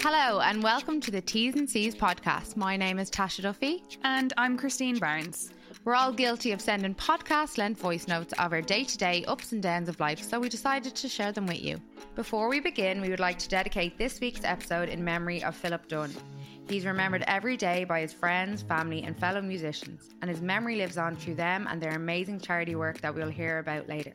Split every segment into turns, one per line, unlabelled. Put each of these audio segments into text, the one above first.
Hello and welcome to the T's and C's podcast. My name is Tasha Duffy.
And I'm Christine Barnes.
We're all guilty of sending podcast length voice notes of our day to day ups and downs of life, so we decided to share them with you. Before we begin, we would like to dedicate this week's episode in memory of Philip Dunn. He's remembered every day by his friends, family, and fellow musicians, and his memory lives on through them and their amazing charity work that we'll hear about later.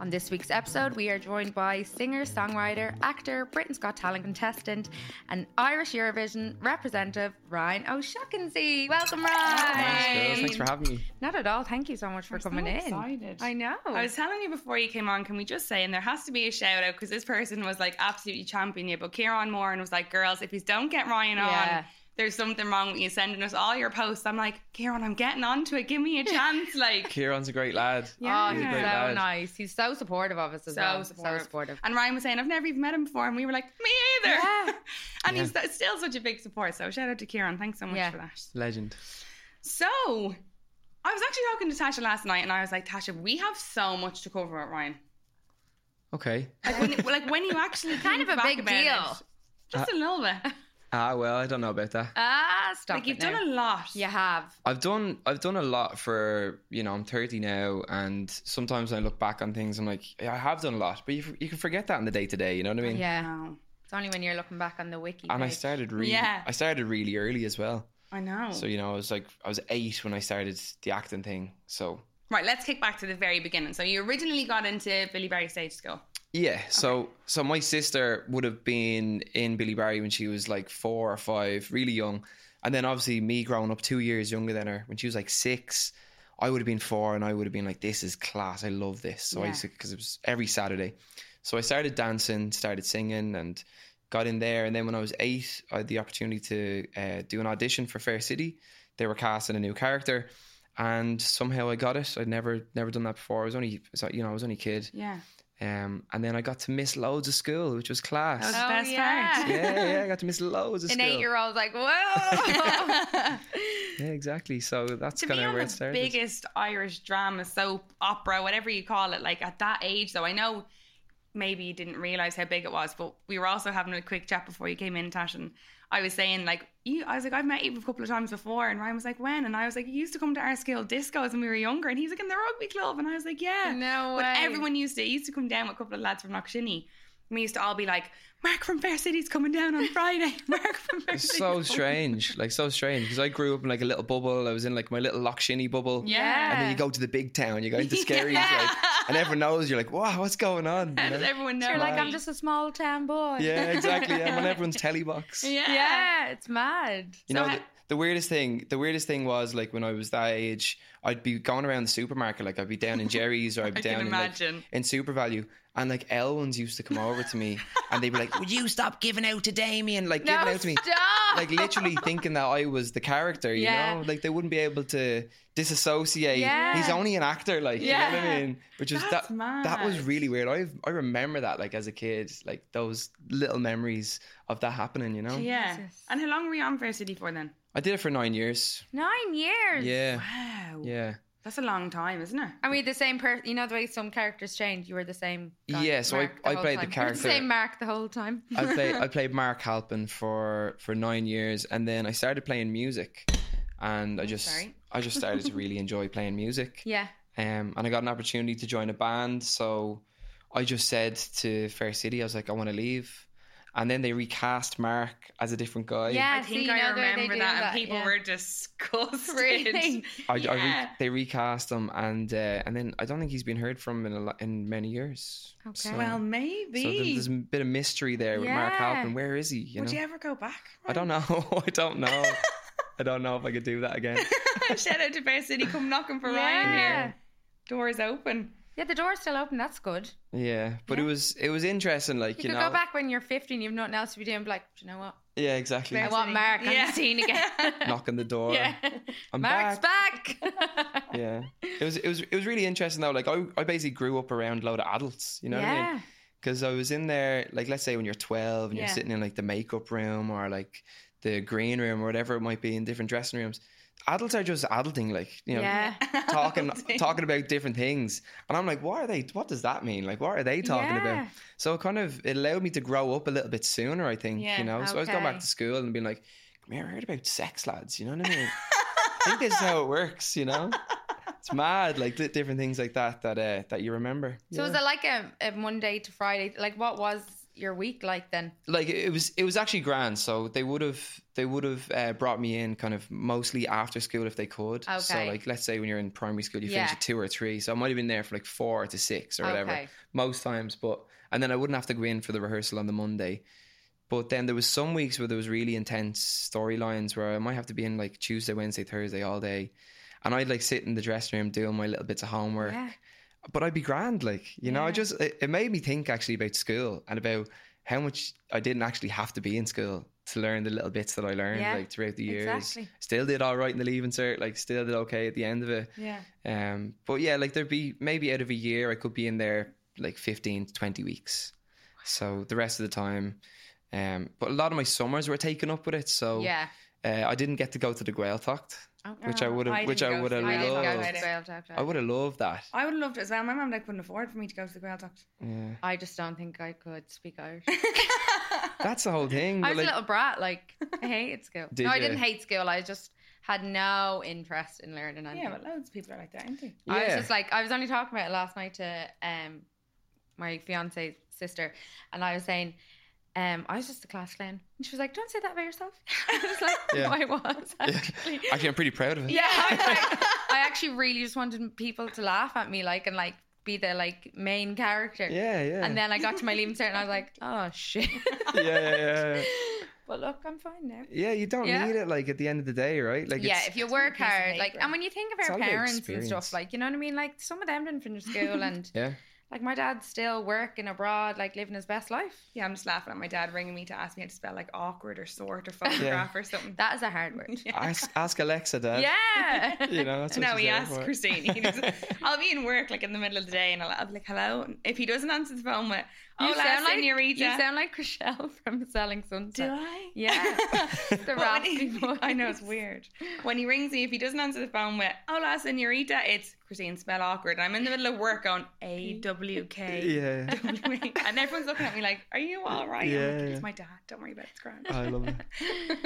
On this week's episode, we are joined by singer, songwriter, actor, Britain's Got Talent contestant, and Irish Eurovision representative Ryan O'Shaughnessy. Welcome, Ryan.
Girls, thanks for having me.
Not at all. Thank you so much for
We're so
coming in.
excited.
I know.
I was telling you before you came on, can we just say, and there has to be a shout out because this person was like absolutely championing you, but Kieran Moore and was like, girls, if you don't get Ryan on,
Yeah.
there's something wrong with you sending us all your posts. I'm like, Kieran, I'm getting onto it. Give me a chance. Like,
Kieran's a great lad.
Oh,
Yeah.
he's
He's a
so
great lad.
nice. He's so supportive of us as
So
well.
supportive.
So supportive.
and Ryan was saying, I've never even met him before. And we were like, me either.
Yeah.
and he's th- still such a big support. So shout out to Kieran. Thanks so much
Yeah.
for that.
Legend.
So I was actually talking to Tasha last night and I was like, Tasha, we have so much to cover with Ryan.
Okay.
Like when, like when you actually
Kind
think
of a
back
big
about it,
deal.
just a
Uh,
little bit.
Ah, well, I don't know about that.
Ah, stop.
like you've done a lot.
You have.
I've done I've done a lot for you know I'm 30 now, and sometimes when I look back on things, I'm like yeah, I have done a lot, but you, f- you can forget that in the day to day. You know what I mean?
Yeah.
Wow.
It's only when you're looking back on the wiki.
And I
page.
started really
Yeah. Oh.
I started really early as well.
I know.
So you know I was like I was eight when I started the acting thing. So
right, let's kick back to the very beginning. So you originally got into Billy Barry Stage School.
Yeah. So so my sister would have been in Billy Barry when she was like four or five, really young. And then obviously me growing up two years younger than her, when she was like six, I would have been four and I would have been like, This is class. I love this. So I
Yeah.
used to because it was every Saturday. So I started dancing, started singing and got in there. And then when I was eight, I had the opportunity to uh, do an audition for Fair City. They were casting a new character. And somehow I got it. I'd never never done that before. I was only you know, I was only a kid.
Yeah.
Um, and then I got to miss loads of school, which was class.
That was
Oh,
the best
yeah.
part.
yeah, yeah, I got to miss loads of
An
school.
eight year old's like, whoa.
yeah, exactly. So that's
To
kind
be
of
on
where
the
it started.
biggest Irish drama, soap, opera, whatever you call it, like at that age, though, I know maybe you didn't realize how big it was, but we were also having a quick chat before you came in, Tash, and I was saying, like, you, I was like, I've met you a couple of times before, and Ryan was like, when? And I was like, you used to come to our school discos when we were younger, and he was like, in the rugby club, and I was like, yeah.
no way.
But everyone used to. He used to come down with a couple of lads from Knockshinney. And we used to all be like, Mark from Fair City's coming down on Friday. Mark from Fair
It's
City's
so
coming."
strange, like so strange, because I grew up in like a little bubble. I was in like my little Lockshinny bubble,
Yeah.
and then you go to the big town, you go into Scaries,
Yeah.
like, and everyone knows. You're like, wow, what's going on? you
How
know?
does everyone know?
You're like, I'm
me?"
just a small town boy.
yeah, exactly. I'm on everyone's telly box.
Yeah.
Yeah, it's mad.
You
So
know,
ha-
the, the weirdest thing, the weirdest thing was like when I was that age, I'd be going around the supermarket, like I'd be down in Jerry's or I'd be
I
down
can
in like,
imagine.
in Super Value, and like Elwins used to come over to me, and they'd be like, "Would you stop giving out to Damien?" Like
No,
giving out to me,
stop.
like literally thinking that I was the character. You
Yeah.
know, like they wouldn't be able to disassociate.
Yeah.
He's only an actor, like you know what
Yeah.
I mean. Which is
That's
that. That was
mad.
really weird. I I remember that like as a kid, like those little memories of that happening. You know,
Yeah.
Jesus.
And how long were you on Fair City for then?
I did it for nine years.
Nine years.
Yeah,
Wow.
yeah.
That's a long time, isn't it?
And we the same person. You know the way some characters change. You were the same. guy,
Yeah, so I-
Mark, the
I
whole
played
time.
the
You were
character-
same Mark the whole time.
I played I played Mark Halpin for for nine years, and then I started playing music, and I just
sorry.
I just started to really enjoy playing music.
Oh, yeah.
Um, and I got an opportunity to join a band, so I just said to Fair City, I was like, I want to leave, and then they recast Mark as a different guy.
Yeah,
I
so
think
you
I
know they're- they
remember
do
that,
that,
and people
yeah.
were disgusted.
Really?
I, I re-
yeah.
they recast him, and uh, and then I don't think he's been heard from in a lo- in many years.
Okay.
Well,
so there-
maybe.
there's a bit of mystery there with Mark
Yeah.
Halpin. Where is he? You
Would
know?
you ever go back?
I don't know. I don't know. I don't know if I could do that again.
Shout out to Fair City. Come knocking for Ryan here.
yeah.
Doors open.
Yeah, the door's still open. That's good.
Yeah, but it was it was interesting. Like
You,
you,
could
know,
go back when you're 50 and you've nothing else to be doing. and be like, do you know what?
yeah, exactly.
I want Mark on
Yeah.
the scene again.
Knocking the door.
yeah.
I'm
Mark's
back.
back.
Yeah, it was it was it was really interesting though. Like I, I basically grew up around a load of adults. You know what I mean?
yeah.
Because I was in there. Like let's say when you're 12 and
Yeah.
you're sitting in like the makeup room or like the green room or whatever it might be in different dressing rooms. adults are just adulting, like you know,
yeah.
talking talking about different things, and I'm like, what are they? What does that mean? Like, what are they talking about?
Yeah.
So it kind of it allowed me to grow up a little bit sooner, I think.
Yeah,
you know, so I was going
okay.
back to school and being like, "Come here, I heard about sex, lads." You know what I mean? I think this is how it works. You know, it's mad, like di different things like that that uh, that you remember.
So was it like a, a Monday to Friday? Like what was your week like then?
like it was it was actually grand so they would have they would have uh, brought me in kind of mostly after school if they could so
Okay.
like let's say when you're in primary school you finish
Yeah.
at two or three so i might have been there for like four to six or whatever most times but and then i wouldn't have to go in for the rehearsal on the monday but then there was some weeks where there was really intense storylines where i might have to be in like tuesday wednesday thursday all day and i'd like sit in the dressing room doing my little bits of homework
Yeah.
but I'd be grand, like you know. I
Yeah.
just it, it made me think actually about school and about how much I didn't actually have to be in school to learn the little bits that I learned
Yeah,
like throughout the years.
Exactly.
Still did all right in the leaving cert, like still did okay at the end of it.
yeah.
Um, but yeah, like there'd be maybe out of a year I could be in there like 15 to 20 weeks. So the rest of the time, um, but a lot of my summers were taken up with it. So
Yeah. Ah,
uh, I didn't get to go to the Gaeltacht, which I would
I
have,
didn't
which I
go
would
to
have
the
I didn't go
loved.
to Grail Doctor.
I would have loved that.
I would have loved it as well. My mum like couldn't afford for me to go to the Grail Doctor.
Yeah.
I just don't think I could speak Irish.
That's the whole thing.
I
but,
was
like-
a little brat. Like I hated school.
Did
no, I
ya?
didn't hate school. I just had no interest in learning anything.
yeah, but loads of people are like that, aren't they?
I was just like, I was only talking about it last night to um my fiance's sister, and I was saying, um, I was just a class clown. And she was like, "Don't say that about yourself." I was like,
Yeah.
"No, I was
Yeah.
actually."
Actually, I'm pretty proud of it.
Yeah, I, was like, I actually really just wanted people to laugh at me, like, and like be the like main character.
Yeah, yeah.
And then I got to my leaving cert, and I was like, "Oh shit!"
yeah, yeah, yeah.
but look, I'm fine now.
Yeah, you don't
Yeah.
need it. Like at the end of the day, right? Like,
yeah,
it's-
if you
only a
work
piece of
hard, like,
paper.
and when you think of
It's
our
all about
parents and
experience.
stuff, like, you know what I mean? Like, some of them didn't finish school, and
yeah,
like, my dad's still working abroad, like, living his best life.
Yeah, I'm just laughing at my dad ringing me to ask me how to spell like awkward or sort or photograph or something.
That is a hard word.
Yeah.
ask, ask Alexa, Dad.
yeah.
you know that's what
No,
she's
he
there
asked
for.
Christine. He doesn't- I'll be in work like in the middle of the day and I'll, I'll be like, hello. And If he doesn't answer the phone with, oh,
you, sound like,
senorita.
you sound like Rochelle from Selling
Do
Sunset.
I?
Yeah. The
But when
raspy
he-
voice.
I know it's weird. When he rings me, if he doesn't answer the phone with "Hola, señorita," it's Christine. Smell awkward. And I'm in the middle of work on A W K.
Yeah,
and everyone's looking at me like, "Are you all right?" I'm
Yeah,
like,
yeah. Uh,
it's my dad. Don't worry about it. It's grand.
I love it.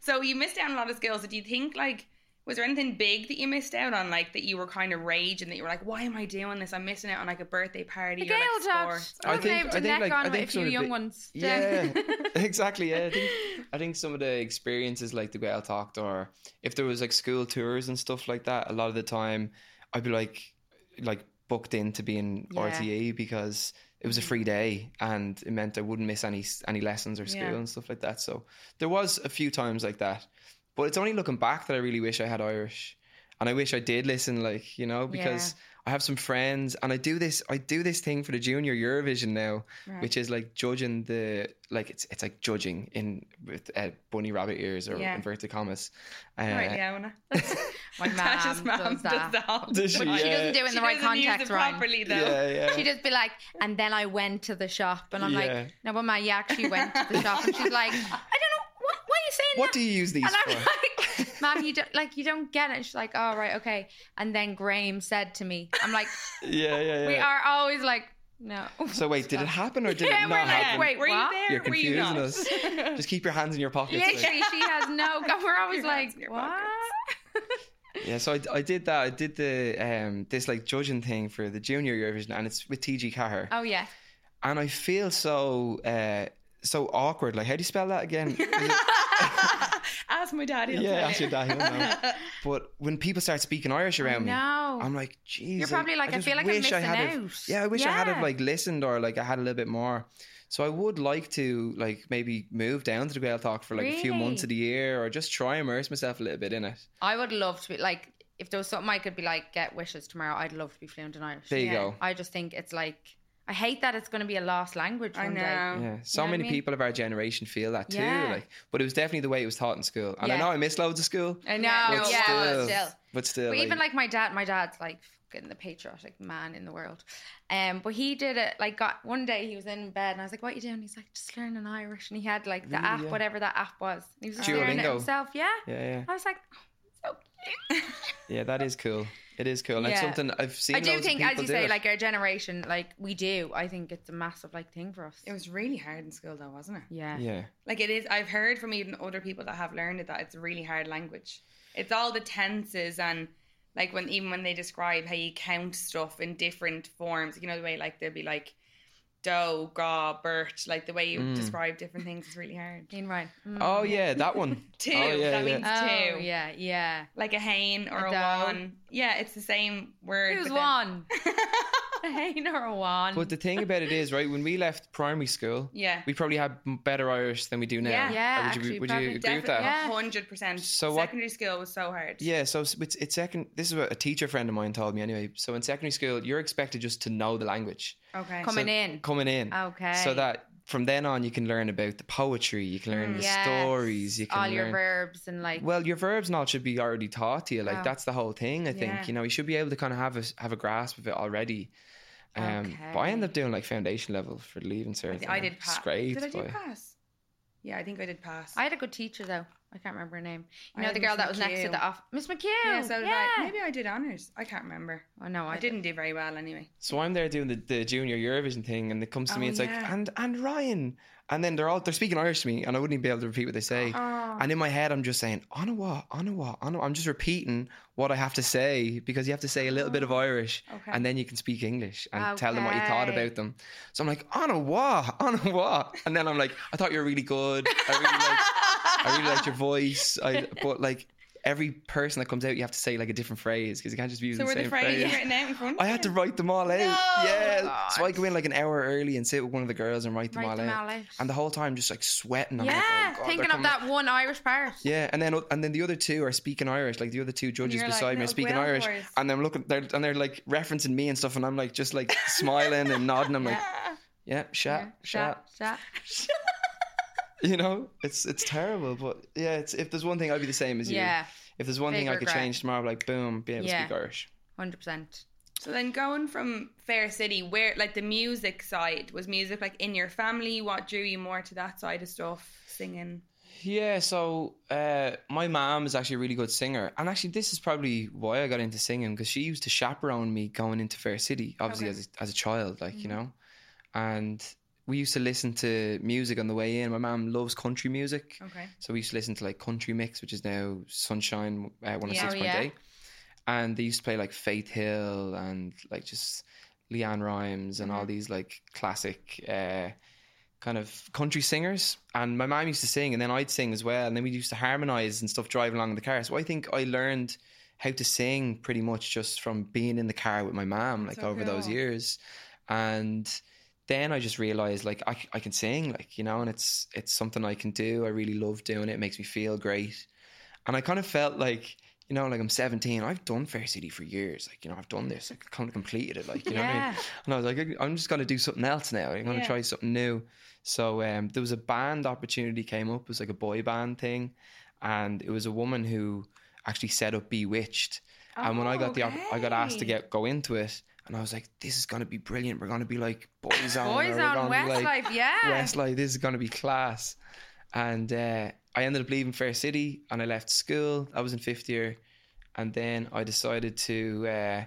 so you missed out on a lot of skills. Did you think like? Was there anything big that you missed out on, like that you were kind of raging that you were like, "Why am I doing this? I'm missing out on like a birthday party
The Gail
or like
Dodge.
sports."
I
I
think-
think,
I think,
neck
like- I
on with
think
a
some
few
of
young
the-
ones.
Yeah, exactly. Yeah, I think I think some of the experiences like the way I talked, or if there was like school tours and stuff like that, a lot of the time I'd be like like booked in to be in
Yeah.
RTE because it was a free day and it meant I wouldn't miss any any lessons or school
Yeah.
and stuff like that. So there was a few times like that, but it's only looking back that I really wish I had Irish, and I wish I did listen, like you know, because. I have some friends, and I do this. I do this thing for the Junior Eurovision now,
Right.
which is like judging the like it's it's like judging in with uh, bunny rabbit ears or
Yeah.
inverted commas. Uh,
Right, Leona.
My
Tasha's
mom
mum
does that.
the whole
Does she?
time.
But she
Yeah.
doesn't do it in
She
the right
doesn't use
context,
it
right?
properly though.
yeah, yeah.
She'd just be like, and then I went to the shop, and I'm
Yeah.
like, no, but my, yeah, actually went to the shop, and she's like, I don't know, what, what are you saying?
what
that?
do you use these
and
for?
I'm like, Mom, you don't like you don't get it. And she's like, oh, right, okay. And then Graham said to me, I'm like,
yeah, yeah, yeah.
we are always like, no.
so wait, did it happen or did
Yeah,
it
we're
not
like,
happen?
wait,
were
what?
you there?
You're
were you
confusing
not?
us. Just keep your hands in your pockets. like-
Literally, she has no. go- We're always
Your hands
like,
in your
what?
Yeah, so I, I did that. I did the um this like judging thing for the Junior Eurovision, and it's with TG Carr.
Oh yeah,
and I feel so uh so awkward. Like, how do you spell that again?
ask my daddy.
Yeah, ask your dad, he'll know. but when people start speaking Irish around me,
no.
I'm like, geez.
You're probably like, I,
just
feel like I'm
wish
missing
I had have-
out.
yeah, I wish I had have
Yeah.
like listened or like I had a little bit more. So I would like to like maybe move down to the Gael Talk for like a few
Really?
months of the year or just try immerse myself a little bit in it.
I would love to be like, if there was something I could be like, get wishes tomorrow. I'd love to be fluent in Irish.
There you
Yeah.
go.
I just think it's like, I hate that it's going to be a lost language.
I
one day.
know.
Yeah. So
know what I
many
mean?
people of our generation feel that too.
Yeah.
Like but it was definitely the way it was taught in school. And I
Yeah.
know I missed loads of school.
I know.
Yeah,
Yeah,
but,
no,
yeah,
still,
but still.
but still
But
like,
even like my dad, my dad's like fucking the patriotic man in the world. Um, but he did it like got one day he was in bed and I was like, "What you doing?" He's like, "Just learning Irish." And he had like the
Really,
app,
yeah.
whatever that app was. And he was just learning it
Duolingo.
himself. Yeah,
Yeah, yeah.
I was like, oh, so
Yeah, that is cool. It is cool. And it's
Yeah.
something I've seen.
I do
loads of
think, as
people
you
do
say,
it.
like our generation, like we do. I think it's a massive like thing for us.
It was really hard in school, though, wasn't it?
yeah.
yeah,
Like it is. I've heard from even other people that have learned it that it's a really hard language. It's all the tenses and like when even when they describe how you count stuff in different forms. You know the way like they'll be like dough, gaw, birch. Like the way you
Mm.
describe different things is really hard.
Ian Ryan. Mm.
Oh yeah, that one.
Two.
Oh, yeah,
that
yeah.
means
Oh,
two.
yeah, yeah.
Like a hane or
A
a,
dough.
wan. Yeah, it's the same word.
It was
but then-
one. Hey, nor a one.
But the thing about it is, right, when we left primary school,
yeah.
we probably had m- better Irish than we do now.
Yeah.
Yeah,
would you,
actually,
would you
probably
agree with
Definitely,
that?
yeah.
hundred percent.
So what-
secondary school was so hard.
Yeah, so s- it's, it's second. This is what a teacher friend of mine told me anyway. So in secondary school, you're expected just to know the language
Okay.
Coming
so-
in.
coming in,
Okay.
so that from then on you can learn about the poetry, you can learn
Mm.
the
Yes.
stories, you can
all
learn
your verbs and like.
Well, your verbs and all should be already taught to you. Like
Oh.
that's the whole thing. I think
Yeah.
you know you should be able to kind of have a have a grasp of it already. Um, But I
Okay.
ended up doing like foundation level for leaving
I,
cert.
did-
and
I
I'm
did pass.
Scraped
Did I do
by-
pass? Yeah, I think I did pass.
I had a good teacher though. I can't remember her name. You
I
know
had
the
Miss
girl that was next to
McHugh.
the off Miss McHugh.
yeah, so did I.
yeah.
Maybe I did honors. I can't remember.
Oh no,
I,
I,
didn't do very well anyway.
So I'm there doing the, the junior Eurovision thing, and it comes to me,
Oh,
it's like
yeah.
and and Ryan, and then they're all they're speaking Irish to me, and I wouldn't even be able to repeat what they say.
Oh.
Oh.
And in my head, I'm just saying Anawa, Anawa, Anawa. I'm just repeating what I have to say because you have to say a little bit of Irish.
Oh. Okay.
And then you can speak English and tell them what you thought
Okay.
about them. So I'm like, on a wah, on a wah. And then I'm like, I thought you were really good. I really liked, I really liked your voice. I, but like every person that comes out, you have to say like a different phrase because you can't just be using
so
the
were
same
the Fridays
phrase.
written out in front?
I had to write them all out. Yeah. So I
God.
go in like an hour early and sit with one of the girls and write them, all,
write them
out.
all out.
And the whole time, just like sweating. I'm like,
yeah,
oh, God, they're
thinking of
coming
that one Irish part.
yeah, and then and then the other two are speaking Irish, like the other two judges
you're like,
beside me are
"Little
speaking
Guelph
Irish,
boys."
and I'm looking, they're and they're like referencing me and stuff, and I'm like just like smiling and nodding. I'm like, yeah, shat, shat,
Shat.
you know, it's it's terrible, but yeah, it's if there's one thing I'd be the same as you.
Yeah,
If there's one
Big
thing I could
regret.
change tomorrow, like boom, be able
Yeah.
to speak Irish.
hundred percent.
So then going from Fair City, where like the music side was music like in your family. What drew you more to that side of stuff? Singing.
Yeah, so uh, my mom is actually a really good singer, and actually this is probably why I got into singing because she used to chaperone me going into Fair City, obviously
Okay.
as a, as a child, like you know, and we used to listen to music on the way in. My mom loves country music,
Okay.
so we used to listen to like Country Mix, which is now Sunshine uh, one hundred
Yeah.
six
Oh,
point eight,
yeah.
and they used to play like Faith Hill and like just Leanne Rhymes and
Mm-hmm.
all these like classic uh, kind of country singers. And my mom used to sing, and then I'd sing as well, and then we used to harmonize and stuff driving along in the car. So I think I learned how to sing pretty much just from being in the car with my mom, like
So
over those
cool.
years, and then I just realized like I, c- I can sing like you know and it's it's something I can do I really love doing it. it makes me feel great and I kind of felt like you know like I'm 17 I've done Fair City for years like you know I've done this like, I kind of completed it like you know what I mean
Yeah,
and I was like, I'm just gonna do something else now. I'm gonna
Yeah.
try something new. So um, there was a band opportunity came up. It was like a boy band thing, and it was a woman who actually set up Bewitched. and when I got the, op- I got asked to
Oh, Okay.
get go into it, and I was like, this is gonna be brilliant. We're gonna be like boys on,
boys on Westlife. yeah,
Westlife, this is going to be class. And uh, I ended up leaving Fair City and I left school. I was in fifth year. And then I decided to, uh,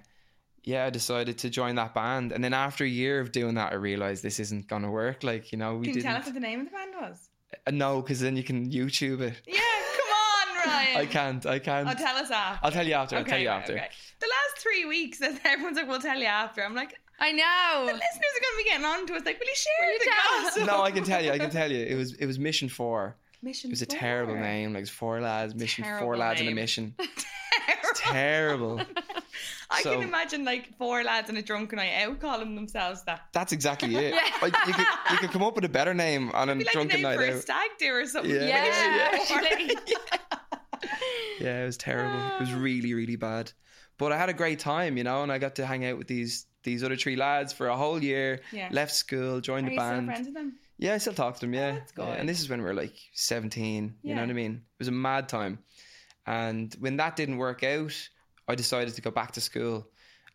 yeah, I decided to join that band. And then after a year of doing that, I realized this isn't going to work. Like, you know, we
Can you
didn't.
tell us what the name of the band was?
Uh, no, because then you can YouTube it.
Yeah, come on, Ryan.
I can't. I can't.
Oh,
I'll,
tell us after.
tell you after. I'll tell you
right,
after.
okay. The last three weeks, as everyone's like, "We'll tell you after." I'm like,
I know.
listeners are going to be getting on to us. Like, will you share
Will you
the
tell us?
gossip?
No, I can tell you. I can tell you. It was it was Mission Four.
Mission
It was a terrible name. Like it was four lads, Mission Four
Terrible
lads and a
name.
mission. Terrible.
I
So-
can imagine like four lads and a drunken night out calling themselves that.
That's exactly it. Like, you, could, you could come up with a better name on a
It'd be like
drunken
a name
night
for a
out.
stag do or something.
Yeah.
Yeah,
Like, it's four.
actually.
Yeah, it was terrible. It was really, really bad. But I had a great time, you know, and I got to hang out with these these other three lads for a whole year.
Yeah.
Left school, joined
Are
the
you still
band.
friends with them?
yeah, I still talk to them. Yeah,
that's
Yeah,
good.
and this is when we were like seventeen. You know
Yeah.
what I mean? It was a mad time. And when that didn't work out, I decided to go back to school,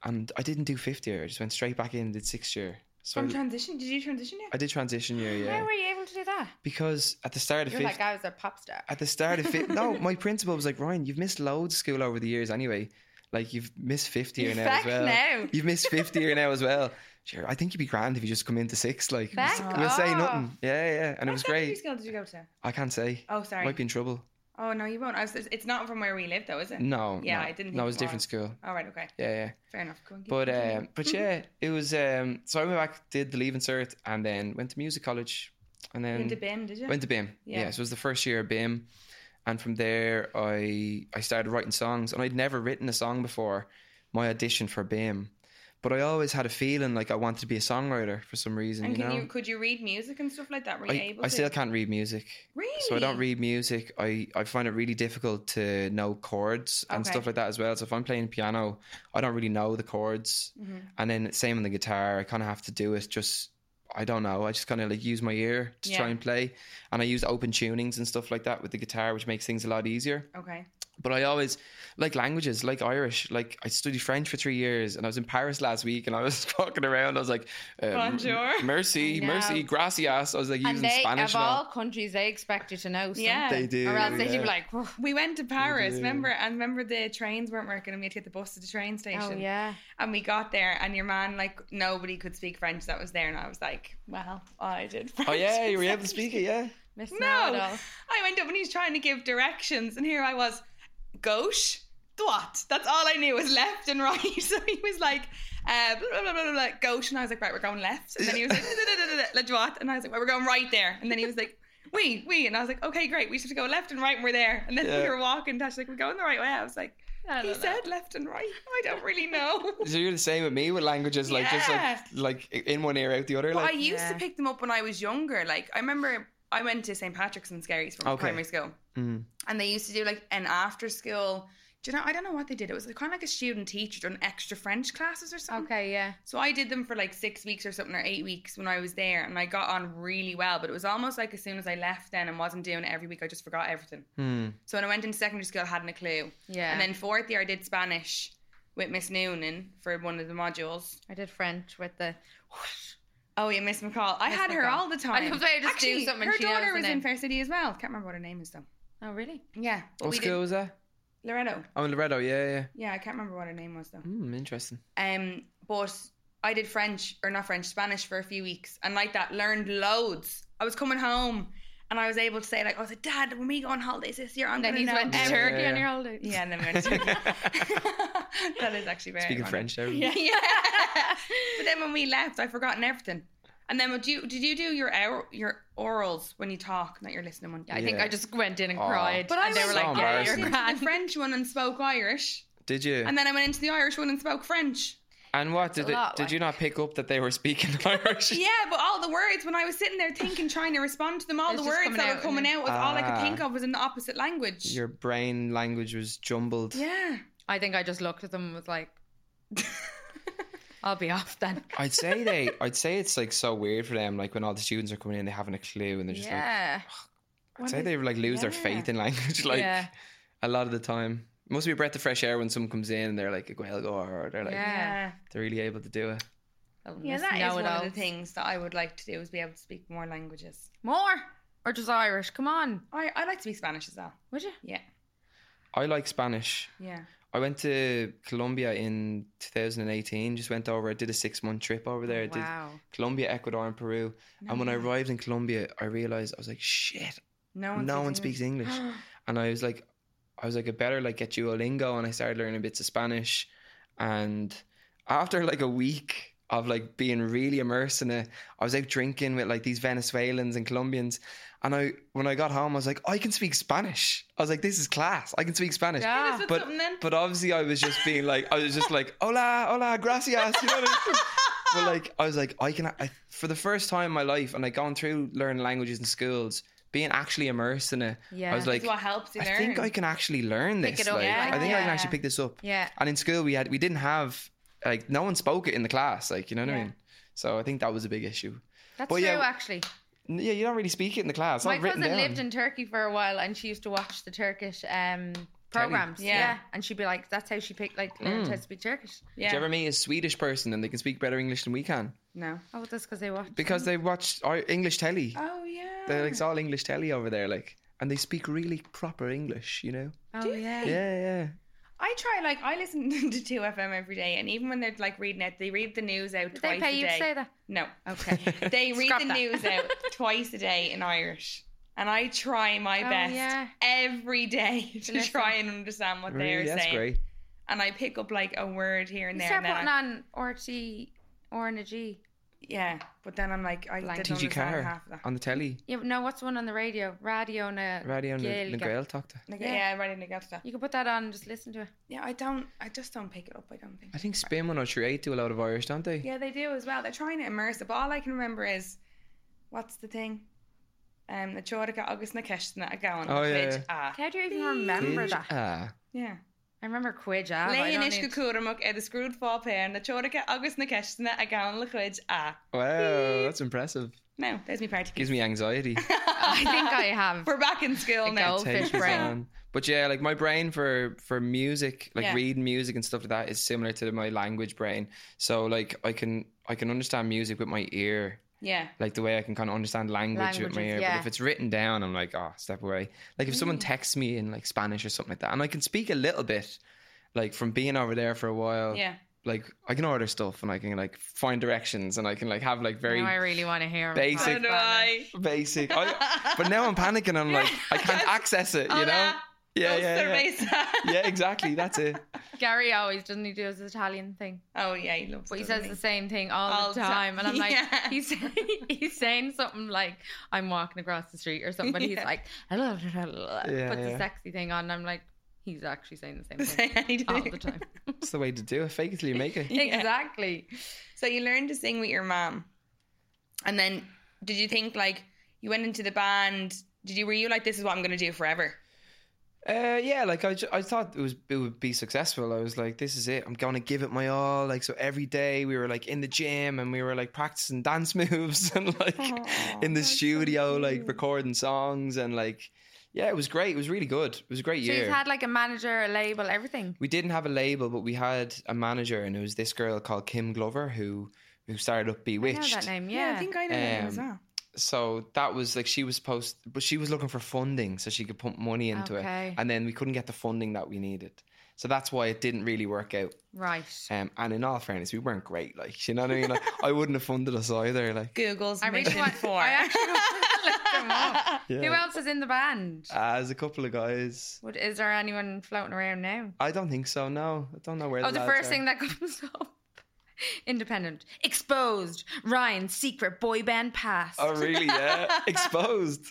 and I didn't do fifth year. I just went straight back in, did sixth year. So
From
I,
transition, did you transition yet?
I did transition year,
How
yeah,
were you able to do that?
because at the start of
You're
fifth,
like I was a pop star.
at the start of fifth, no, my principal was like, Ryan, you've missed loads of school over the years anyway. Like you've missed fifth year
You're
now
back
as well.
now.
You've missed fifth year now as well. Sure, I think you'd be grand if you just come into sixth. Like we'll s-
Back
we'll say
off.
nothing. Yeah, yeah, and it was
secondary
great.
school did you go to?
I can't say.
Oh, sorry.
Might be in trouble.
Oh no, you won't. I was, it's not from where we live, though, is it?
No.
Yeah,
no.
I didn't think
No, it was
it
different
was.
school.
All right, okay,
Yeah, yeah.
fair enough. Go on, keep
But
continuing.
um, but yeah, it was. Um, so I went back, did the leaving cert, and then went to music college, and
you
then
went to BIM, did you?
went to BIM. Yeah.
Yeah.
so it was the first year of BIM, and from there I I started writing songs, and I'd never written a song before my audition for BIM, but I always had a feeling like I wanted to be a songwriter for some reason.
and
you
can
know,
you could you read music and stuff like that? Were you
I,
able
I
to?
still can't read music.
really?
So I don't read music. I, I find it really difficult to know chords and
Okay.
stuff like that as well. So if I'm playing piano, I don't really know the chords.
Mhm.
And then same on the guitar, I kind of have to do it just I don't know. I just kind of like use my ear to try
Yeah.
and play, and I use open tunings and stuff like that with the guitar, which makes things a lot easier
Okay.
but I always like languages, like Irish. Like I studied French for three years, and I was in Paris last week, and I was walking around. I was like, uh, m-
Bonjour.
mercy,
I know.
mercy, gracias. I was like
And
using
they,
Spanish
of
now.
all countries, they expect you to know. Something.
Yeah. They
do,
Or else they'd
yeah.
be like, "Whoa."
We went to Paris,
do.
remember? And remember the trains weren't working, and we had to get the bus to the train station.
oh yeah.
And we got there, and your man like nobody could speak French that was there, and I was like, well, I did. French
oh yeah, you were able to speak it, yeah.
Miss
No.
Know-it-all.
I went up and he was trying to give directions, and here I was, gauche, droite. That's all I knew was left and right. So he was like, uh, blah, blah, blah, blah, blah, gauche, and I was like, right, we're going left. And then he was like, da, da, da, da, da, la droite, and I was like, well, we're going right there. And then he was like, we, we, and I was like, okay, great, we just have to go left and right, and we're there. And then
Yeah.
we were walking, Dash like, we're going the right way. I was like,
I
he
don't know.
said left and right. I don't really know.
So you're the same with me with languages, like
Yeah.
just like like in one ear out the other.
Well, I
Like
used
Yeah.
to pick them up when I was younger. Like I remember I went to St Patrick's and Scaries from
Okay.
primary school.
Mm.
and they used to do like an after school. Do you know? I don't know what they did. It was kind of like a student teacher done extra French classes or something.
Okay, yeah.
So I did them for like six weeks or something, or eight weeks when I was there, and I got on really well. But it was almost like as soon as I left then and wasn't doing it every week, I just forgot everything.
hmm.
So when I went into secondary school, I hadn't a clue.
Yeah.
And then fourth year, I did Spanish with Miss Noonan for one of the modules.
I did French with the.
Oh yeah, Miss McCall. I
Miss
had her
McCall.
all the time.
I love that I just do
Actually,
something and
her
she knows
daughter
the
was
name.
in Fair City as well. Can't remember what her name is though.
Oh, really?
Yeah. but
What
we did-
school was that?
Loretto.
Oh, in Loretto. Yeah, yeah.
Yeah, I can't remember what her name was though.
Hmm, interesting.
Um, but I did French or not French, Spanish for a few weeks, and like that, learned loads. I was coming home, and I was able to say like, "I was like, Dad, when we go on holidays this year, I'm
And then
gonna
he's
know."
went to
every-"
Turkey.
Turkey
Yeah.
on your holidays.
Yeah, and then we went to Turkey. that is actually very
Speaking
ironic.
French, there.
Yeah. but then when we left, I'd forgotten everything. And then, would you did you do your or, your orals when you talk, not your listening one?
Yeah, I think
Yeah.
I just went in and
Aw.
cried.
But I
and they were
went,
So
like, yeah,
I
you're
went
embarrassing.
grand.
into the French one and spoke Irish,
Did you?
and then I went into the Irish one and spoke French.
And what did
a
it,
lot,
did you not pick up that they were speaking Irish?
Yeah, but all the words when I was sitting there thinking, trying to respond to them, all
It's just
the words
coming
that
out,
were coming out was all I
Ah.
could think of was in the opposite language.
Your brain language was jumbled.
yeah.
I think I just looked at them and was like, I'll be off then.
I'd say they. I'd say it's like so weird for them. Like when all the students are coming in, they haven't a clue, and they're just
yeah.
like. I'd say they like lose their
yeah.
faith in language. Like
yeah.
a lot of the time, it must be a breath of fresh air when someone comes in and they're like a Guelgo or they're like
Yeah.
Yeah.
they're really able to do it. "Oh,
Yeah,
Miss
that is one
know-it-all.
of the things that I would like to do is be able to speak more languages.
More or just Irish? Come on,
I, I like to be Spanish as well.
would you?
Yeah.
I like Spanish.
Yeah.
I went to Colombia in 2018. Just went over. I did a six month trip over
Oh,
there. I did
Wow.
Colombia, Ecuador, and Peru. And when I arrived in Colombia, I realized I was like, shit,
No one,
no one speaks English. and I was like, I was like, I better like get Duolingo, and I started learning bits of Spanish. And after like a week of like being really immersed in it, I was out drinking with like these Venezuelans and Colombians. And I, when I got home, I was like, I can speak Spanish. I was like, this is class. I can speak Spanish.
Yeah.
That's
But
something then.
but obviously, I was just being like, I was just like, hola, hola, gracias. You know what I mean? But like, I was like, I can, I, for the first time in my life, and like going through learning languages in schools, being actually immersed in it, I
Yeah.
was like,
It's what helps you
I
learn.
think I can actually learn this.
Pick it up,
like,
yeah.
I think I can
Yeah.
actually pick this up.
Yeah.
And in school, we had we didn't have like no one spoke it in the class. Like you know what I
Yeah.
mean. So I think that was a big issue.
That's
But
true,
yeah,
actually.
N- Yeah, you don't really speak it in the class. It's
My
not written
cousin
down.
lived in Turkey for a while and she used to watch the Turkish um,
telly.
programs.
Yeah.
Yeah. and she'd be like, "That's how she picked like
Mm.
learned how to speak Turkish."
Yeah.
Do you ever meet a Swedish person and they can speak better English than we can
no.
Oh, that's because they watch.
because they watch our English telly?
Oh yeah.
They're like it's all English telly over there, like, and they speak really proper English, you know?
Oh
Do
yeah.
Yeah, yeah.
I try like I listen to two FM every day, and even when they're like reading it, they read the news out
Did they
twice
pay
a
you
day.
to say that?
No. Okay. they read
Scrap
the
that.
news out twice a day in Irish. And I try my
Oh,
best
yeah.
every day to
listen.
try and understand what
Really,
they're
that's
saying.
great.
And I pick up like a word here and
You
there.
start
And
putting
then I-
on RT or an a G.
yeah, but then I'm like, I
Blank.
didn't
TG
understand
Carr
half of that.
on the telly,
Yeah, but no, what's the one on the radio? Radio on a
Radio and
Gaelic.
Miguel talked to.
Like,
Yeah.
yeah. I really didn't get to that.
You can put that on and just listen to it.
Yeah, I don't. I just don't pick it up. I don't think.
I think oh Spin 108 do a lot of Irish, don't they?
Yeah, they do as well. They're trying to immerse it, but all I can remember is, what's the thing? Um, the Chordica August na Keshna again.
Oh, yeah, yeah.
How do you even
Please.
remember
Did-
that?
Ah.
Yeah.
I remember Quid. Yeah, but I
Léon
don't
is go
need-
cuaramach ar de scrúd fá pear na teoracha agus na ceistena a gan le chuid a.
Wow, that's impressive.
No, there's me party.
Gives me anxiety.
I think I have.
We're back in school
It
now.
goes. Goldfish
Takes us
brain.
on. But yeah, like my brain for for music, like
Yeah.
reading music and stuff like that, is similar to my language brain. So like I can I can understand music with my ear,
Yeah.
like the way I can kind of understand language with my
Languages,
ear.
yeah. Mm.
But if it's written down, I'm like, oh, step away. Like if someone texts me in like Spanish or something like that, and I can speak a little bit, like from being over there for a while,
Yeah.
like I can order stuff and I can like find directions and I can like have like very
Now I really want to hear. him
basic-
talk
So
Sick
do
about it.
I.
basic. I, but now I'm panicking. I'm like, I can't access it. You
Oh,
know?
Hola,
Yeah,
dos
yeah, yeah.
cerveza.
Yeah, exactly. That's it.
Gary always doesn't he do his Italian thing,
Oh yeah, he loves.
but he
it,
says
doesn't
the same thing all,
All
the
the ti-
time, and I'm like,
Yeah.
he's he's saying something like, "I'm walking across the street" or something, but he's
Yeah.
like,
Yeah,
puts a
yeah.
sexy thing on, and I'm like, he's actually saying the same
he?
thing
Say anything.
all the time.
That's the way to do it. Fake it till you make it.
Yeah.
Exactly.
So you learned to sing with your mom, and then did you think like you went into the band? Did you were you like this is what I'm gonna do forever?
Uh, yeah, like I, ju- I thought it was it would be successful. I was like, this is it. I'm gonna give it my all. Like so, every day we were like in the gym and we were like practicing dance moves and like
Aw,
in the
that's so
studio, like
cute.
recording songs and like, yeah, it was great. It was really good. It was a great
So
year.
he's had like a manager, a label, everything.
we didn't have a label, but we had a manager, and it was this girl called Kim Glover who who started up
I know
Bewitched.
that name.
Yeah,
Yeah.
I think I know that as
Um,
well.
So that was like she was supposed, but she was looking for funding so she could pump money into
Okay.
it, and then we couldn't get the funding that we needed. So that's why it didn't really work out.
right.
Um, and in all fairness, we weren't great. Like you know what I mean? Like, I wouldn't have funded us either. Like
Google's
I really
mission
want.
four.
I actually want to look them up.
yeah. Uh,
Who else is in the band?
as a couple of guys,
Would, is there anyone floating around now?
I don't think so. No, I don't know where.
Oh, the
lads
first
are.
thing that comes up. Independent. Exposed. Ryan's secret boy band past.
Oh really? Yeah, exposed.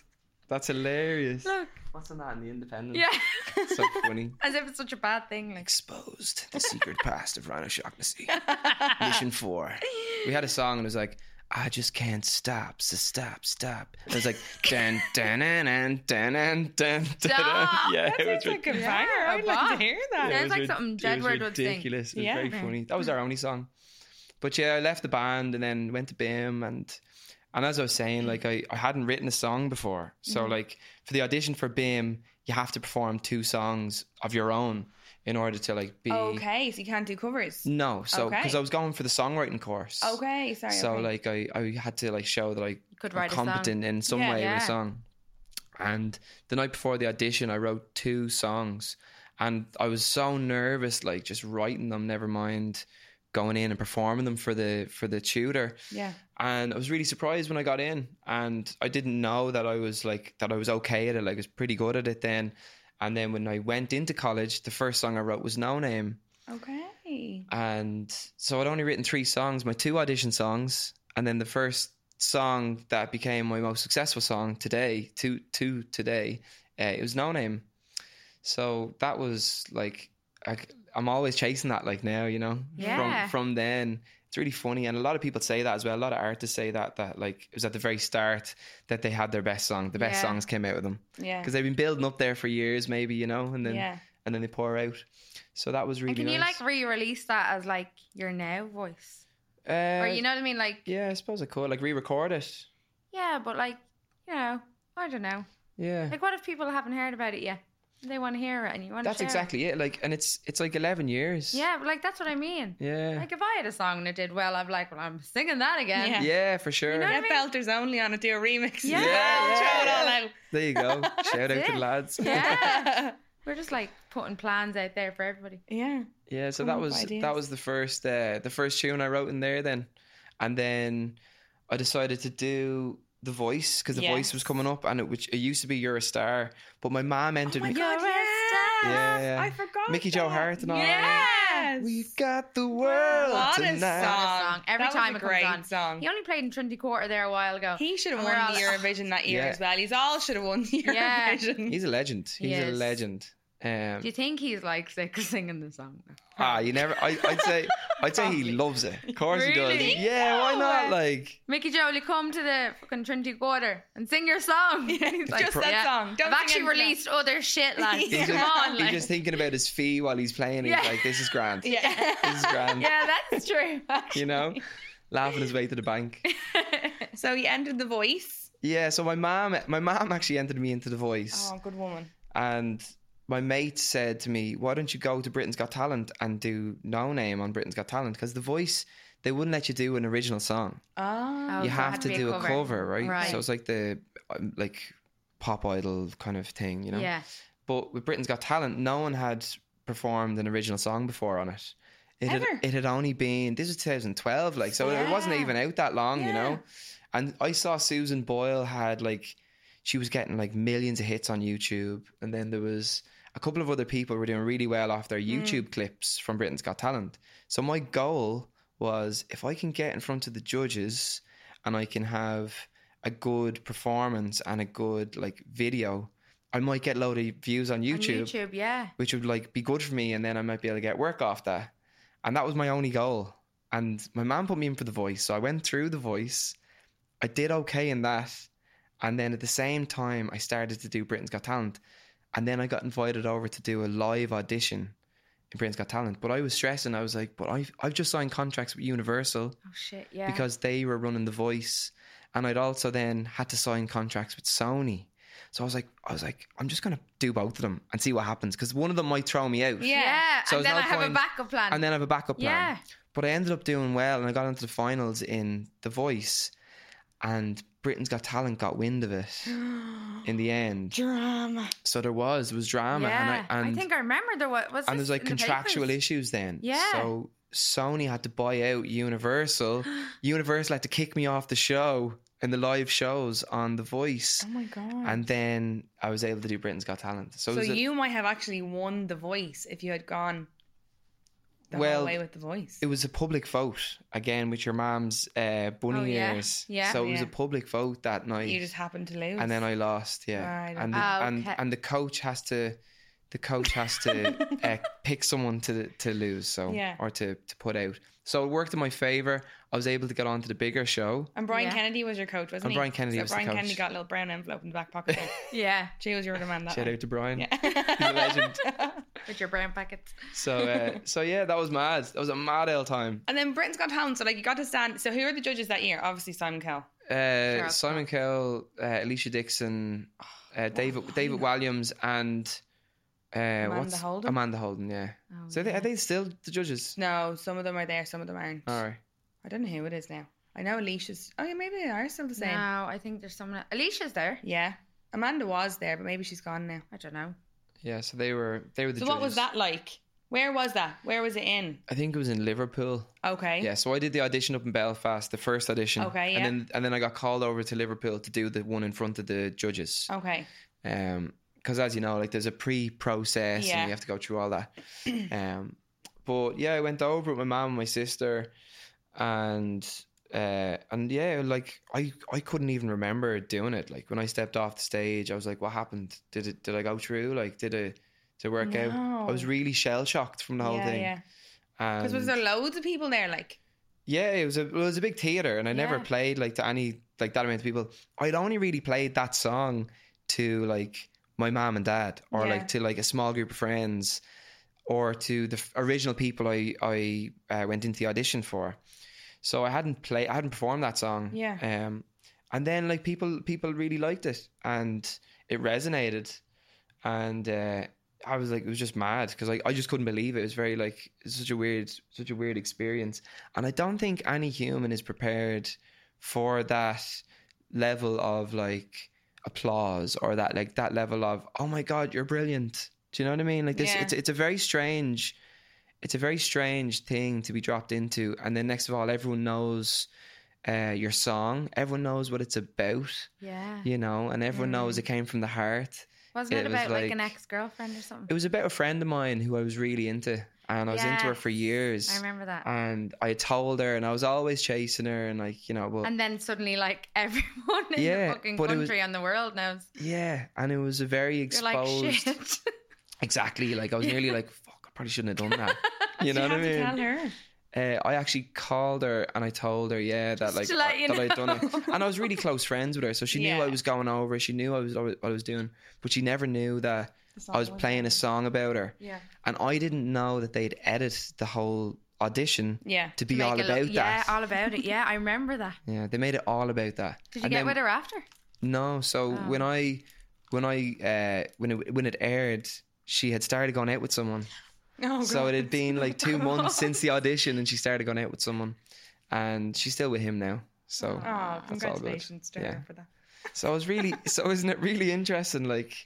That's hilarious.
Look.
What's on that in the Independent?
Yeah.
so funny.
As if it's such a bad thing. Like,
Exposed the secret past of Ron O'Shaughnessy.
Uh,
Mission four. We had a song and it was like, I just can't stop, so stop, stop. And it was like, dun dun dun dun dun dun dun. dun.
Stop.
Yeah,
That
it
sounds
was
like a
ri-
banger.
Yeah,
I'd like
boss.
to hear
Yeah.
that.
it
Sounds
was
like
ri-
something
it
Jedward would
was
sing.
ridiculous. It was
Yeah.
very funny. That was our only song. But yeah, I left the band and then went to BIM and and as I was saying,
Mm.
like I, I hadn't written a song before. So
Mm-hmm.
like for the audition for BIM, you have to perform two songs of your own in order to like be
Okay, so you can't do covers.
No, so
Okay.
because I was going for the songwriting course.
Okay, sorry.
So
okay.
like I, I had to like show that I
could
I'm
write a song.
competent in some
Yeah.
way with
Yeah.
a song. And the night before the audition, I wrote two songs, and I was so nervous, like just writing them. Never mind going in and performing them for the for the tutor.
yeah,
And I was really surprised when I got in, and I didn't know that I was like that I was okay at it. Like I was pretty good at it then. And then when I went into college, the first song I wrote was No Name
okay.
and so I'd only written three songs, my two audition songs, and then the first song that became my most successful song today, to to today, uh, it was No Name. So that was like I, am always chasing that like now, you know.
Yeah.
From from then, it's really funny, and a lot of people say that as well. A lot of artists say that that like it was at the very start that they had their best song. The best
Yeah.
songs came out of them
Yeah.
because they've been building up there for years, maybe you know, and then
yeah.
and then they pour out. So that was really.
and can you
nice.
like re release that as like your now voice?
Uh,
or you know what I mean? Like,
Yeah, I suppose I could like re-record it.
yeah, but like, you know, I don't know.
Yeah,
Like, what if people haven't heard about it yet? They want to hear it and you want
That's
to share
exactly it. Like, and it's it's like eleven years.
it. Yeah, but, like that's what I mean.
Yeah.
Like if I had a song and it did well, I'm like, well, I'm singing that again.
Yeah.
yeah, for sure.
You know-
Get belters only on it. Do a remix.
Yeah.
Throw it all out.
there you go. Shout out to
it.
the lads.
Yeah. We're just like putting plans out there for everybody.
Yeah.
Yeah, so
Come
that
up with
was
ideas.
that was the first uh, the first tune I wrote in there then, and then I decided to do the voice because the voice was
Yes. Oh
coming up and it which it used to be You're a Star, but my mom entered
my
me.
God, yes.
Yeah, yeah.
I forgot.
Mickey Jo
that.
Hart and all that.
Yes.
We got the world
What a
tonight.
song.
song. Every
That was
time
a
it comes
great
on.
song.
He only played in Trinity Quarter there a while ago.
He should have
And we're
won
all-
the Eurovision that year
Yeah.
as well. He's all should have won the
Yeah.
Eurovision.
He's a legend.
He
He's a
is.
legend. Um,
Do you think he's like sick of singing the song?
ah, you never. I, I'd say. I'd say he loves it. Of course he
Really?
does. Yeah, why not?
No.
Like,
Mickey Joe, will you come to the fucking Trinity Quarter and sing your song? He's like,
Just that
yeah.
song. Don't
I've actually
sing anything else.
released other shit, like
He's
he's
come
just,
on,
he's
like.
just thinking about his fee while he's playing. He's
Yeah.
like, this is grand.
Yeah.
This is grand.
yeah, that's true.
you know, laughing his way to the bank.
So he ended The Voice.
Yeah, so my mom, my mom actually entered me into The Voice,
Oh, good woman.
and my mate said to me, "Why don't you go to Britain's Got Talent and do No Name on Britain's Got Talent? Because The Voice, they wouldn't let you do an original song.
Oh,
Oh.
you
so it
have
had
to
be
do a cover, right?
Right.
So it's like the um, like pop idol kind of thing, you know.
Yeah,
But with Britain's Got Talent, no one had performed an original song before on it. It had,
Ever.
it had only been this was 2012, like so it wasn't
Yeah.
even out that long, you
Yeah.
know. And I saw Susan Boyle had like she was getting like millions of hits on YouTube, and then there was a couple of other people were doing really well off their
Mm.
YouTube clips from Britain's Got Talent. So my goal was if I can get in front of the judges and I can have a good performance and a good like video, I might get a load of views on
On
YouTube,
YouTube, yeah.
which would like be good for me, and then I might be able to get work off that. And that was my only goal. And my mom put me in for the voice, so I went through the voice. I did okay in that, and then at the same time, I started to do Britain's Got Talent, and then I got invited over to do a live audition in Britain's Got Talent. But I was stressing. I was like, "But I've I've just signed contracts with Universal."
Oh shit, yeah.
because they were running the voice and i'd also then had to sign contracts with sony so i was like i was like i'm just gonna do both of them and see what happens because one of them might throw me out
yeah,
Yeah.
So
and
there's
then
no
I have a
point-
backup plan.
and then have a backup plan
yeah,
but i ended up doing well and i got into the finals in the voice and britain's got talent got wind of it in the end
Drama.
so there was there was drama
yeah.
and i and
think I remember there was, was
and
this
there's like
in the
contractual
papers?
issues then.
Yeah.
So Sony had to buy out Universal. Universal had to kick me off the show in the live shows on The Voice.
Oh my god.
And then I was able to do Britain's Got Talent. So, it
so
was a-
you might have actually won The Voice if you had gone the
Well,
whole way with The Voice.
it was a public vote again with your mom's uh, bunny
Oh, yeah.
ears.
Yeah.
So it was
Yeah.
a public vote that night.
you just happened to lose.
and then I lost. Yeah.
Right, Oh,
And the,
okay.
and and the coach has to. The coach has to uh, pick someone to to lose, so
Yeah.
or to, to put out. So it worked in my favor. I was able to get onto the bigger show.
And Brian
Yeah.
Kennedy was your coach, wasn't
And
he?
Brian Kennedy
so
was the
Brian
coach.
Kennedy got a little brown envelope in the back pocket. there.
Yeah,
she was your other man that
Shout
night.
out to Brian.
Yeah.
a legend.
with your brown packets.
So uh, so yeah, that was mad. That was a mad L time.
and then Britain's Got Talent. So like you got to stand. So who are the judges that year? Obviously Simon Cowell.
Uh,
I'll
Simon Cowell, uh, Alicia Dixon,
Oh,
uh, David David Williams, and uh,
Amanda
what's
Holden?
Amanda Holden, yeah.
Oh,
So are they, are they still the judges?
No, some of them are there, some of them aren't.
All right.
I don't know who it is now. I know Alicia's. Oh yeah, maybe they are still the same.
No, I think there's someone. Alicia's there.
Yeah, Amanda was there, but maybe she's gone now.
I don't know.
Yeah. So they were they were the
so
judges.
what was that like? Where was that? Where was it in?
I think it was in Liverpool.
Okay.
Yeah. So I did the audition up in Belfast, the first audition.
Okay, yeah.
And then and then I got called over to Liverpool to do the one in front of the judges.
Okay.
um because as you know like there's a pre-process
Yeah.
and you have to go through all that um but yeah i went over with my mom and my sister and uh and yeah like i i couldn't even remember doing it like when i stepped off the stage i was like what happened did it did i go through like did it did it work out i was
No.
really shell-shocked from the whole
yeah,
thing
yeah.
and
Because was there loads of people there? Like,
yeah, it was a it was a big theater, and I never
Yeah.
played like to any like that amount of people. I'd only really played that song to like my mom and dad, or
Yeah.
like to like a small group of friends, or to the f- original people I I uh, went into the audition for. So I hadn't played, I hadn't performed that song.
Yeah.
Um, and then like people people really liked it, and it resonated, and uh, I was like, it was just mad because like I just couldn't believe it. It was very like it's such a weird, such a weird experience, and I don't think any human is prepared for that level of like applause or that like that level of oh my god, you're brilliant. Do you know what I mean? Like this,
Yeah.
it's it's a very strange, it's a very strange thing to be dropped into, and then next of all, everyone knows uh, your song, everyone knows what it's about,
Yeah.
you know, and everyone knows it came from the heart.
Wasn't
It
it,
was
about like, an
like-
ex girlfriend or something?
It was about a friend of mine who I was really into, and I was into her for
Yes,
years.
I remember that.
And I told her, and I was always chasing her, and like you know, well,
and then suddenly, like everyone in
Yeah,
the fucking
but it was-
country and the world knows.
yeah. And it was a very
You're
exposed,
like shit.
exactly. Like I was nearly like, fuck, I probably shouldn't have done that. You know
you
what I
have to
mean?
tell her.
Uh, I actually called her and I told her, yeah, that
Just
like
to let
I-
you
that I'd done it,
know.
and I was really close friends with her, so she knew I
Yeah.
was going over. She knew I was what I was doing, but she never knew that
That's
I was
awful.
playing a song about her,
Yeah.
and I didn't know that they'd edit the whole audition
Yeah.
to be
Make
all
it
about
look-
that.
Yeah, all about it. Yeah, I remember that.
Yeah, they made it all about that.
Did you get with her after?
No, so
Ah.
when I when I uh when it when it aired, she had started going out with someone.
Oh,
so
God.
it had been like two months since the audition and she started going out with someone. And she's still with him now.
Oh,
So that's all good.
congratulations to
Yeah.
her for that.
So I was really so isn't it really interesting like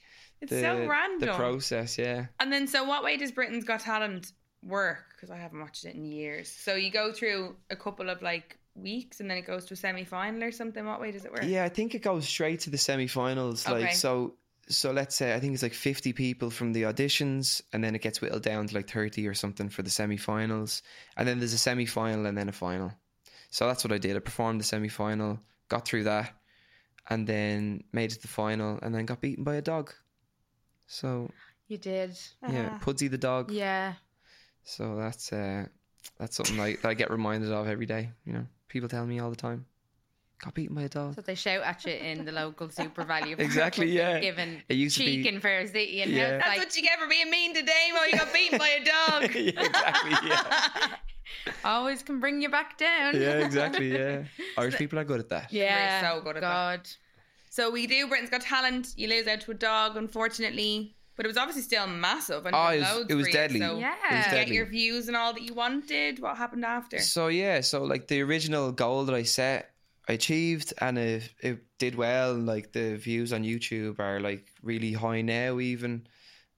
It's
the,
so random.
the process, yeah.
And then, so what way does Britain's Got Talent work? Because I haven't watched it in years. So you go through a couple of like weeks, and then it goes to a semi final or something. What way does it work?
Yeah, I think it goes straight to the semi-finals.
Okay.
Like so, so let's say I think it's like fifty people from the auditions, and then it gets whittled down to like thirty or something for the semi-finals, and then there's a semi-final and then a final. So that's what I did. I performed the semi-final, got through that, and then made it to the final, and then got beaten by a dog. So
You did.
yeah, Pudsey the dog.
Ah. Yeah.
So that's uh, that's something I, that I get reminded of every day. You know, people tell me all the time, got beaten by a dog.
So they shout at you in the local super value.
Exactly, yeah.
Given
It used to
cheek
be-
in Fair City, and
Yeah.
yeah.
That's
like,
what you get for being mean today, Mo. You got beaten by a dog.
yeah, exactly. Yeah.
always can bring you back down.
yeah, exactly. Yeah, Irish people are good at that.
yeah.
We're so good at that.
God.
So we do Britain's Got Talent. You lose out to a dog, unfortunately. But it was obviously still massive. And
Oh,
did
it was-
loads
it was
for you,
deadly.
so
Yeah.
did you get
deadly.
your views and all that you wanted. What happened after?
So yeah, so like the original goal that I set, I achieved, and it, it did well. Like the views on YouTube are like really high now, even,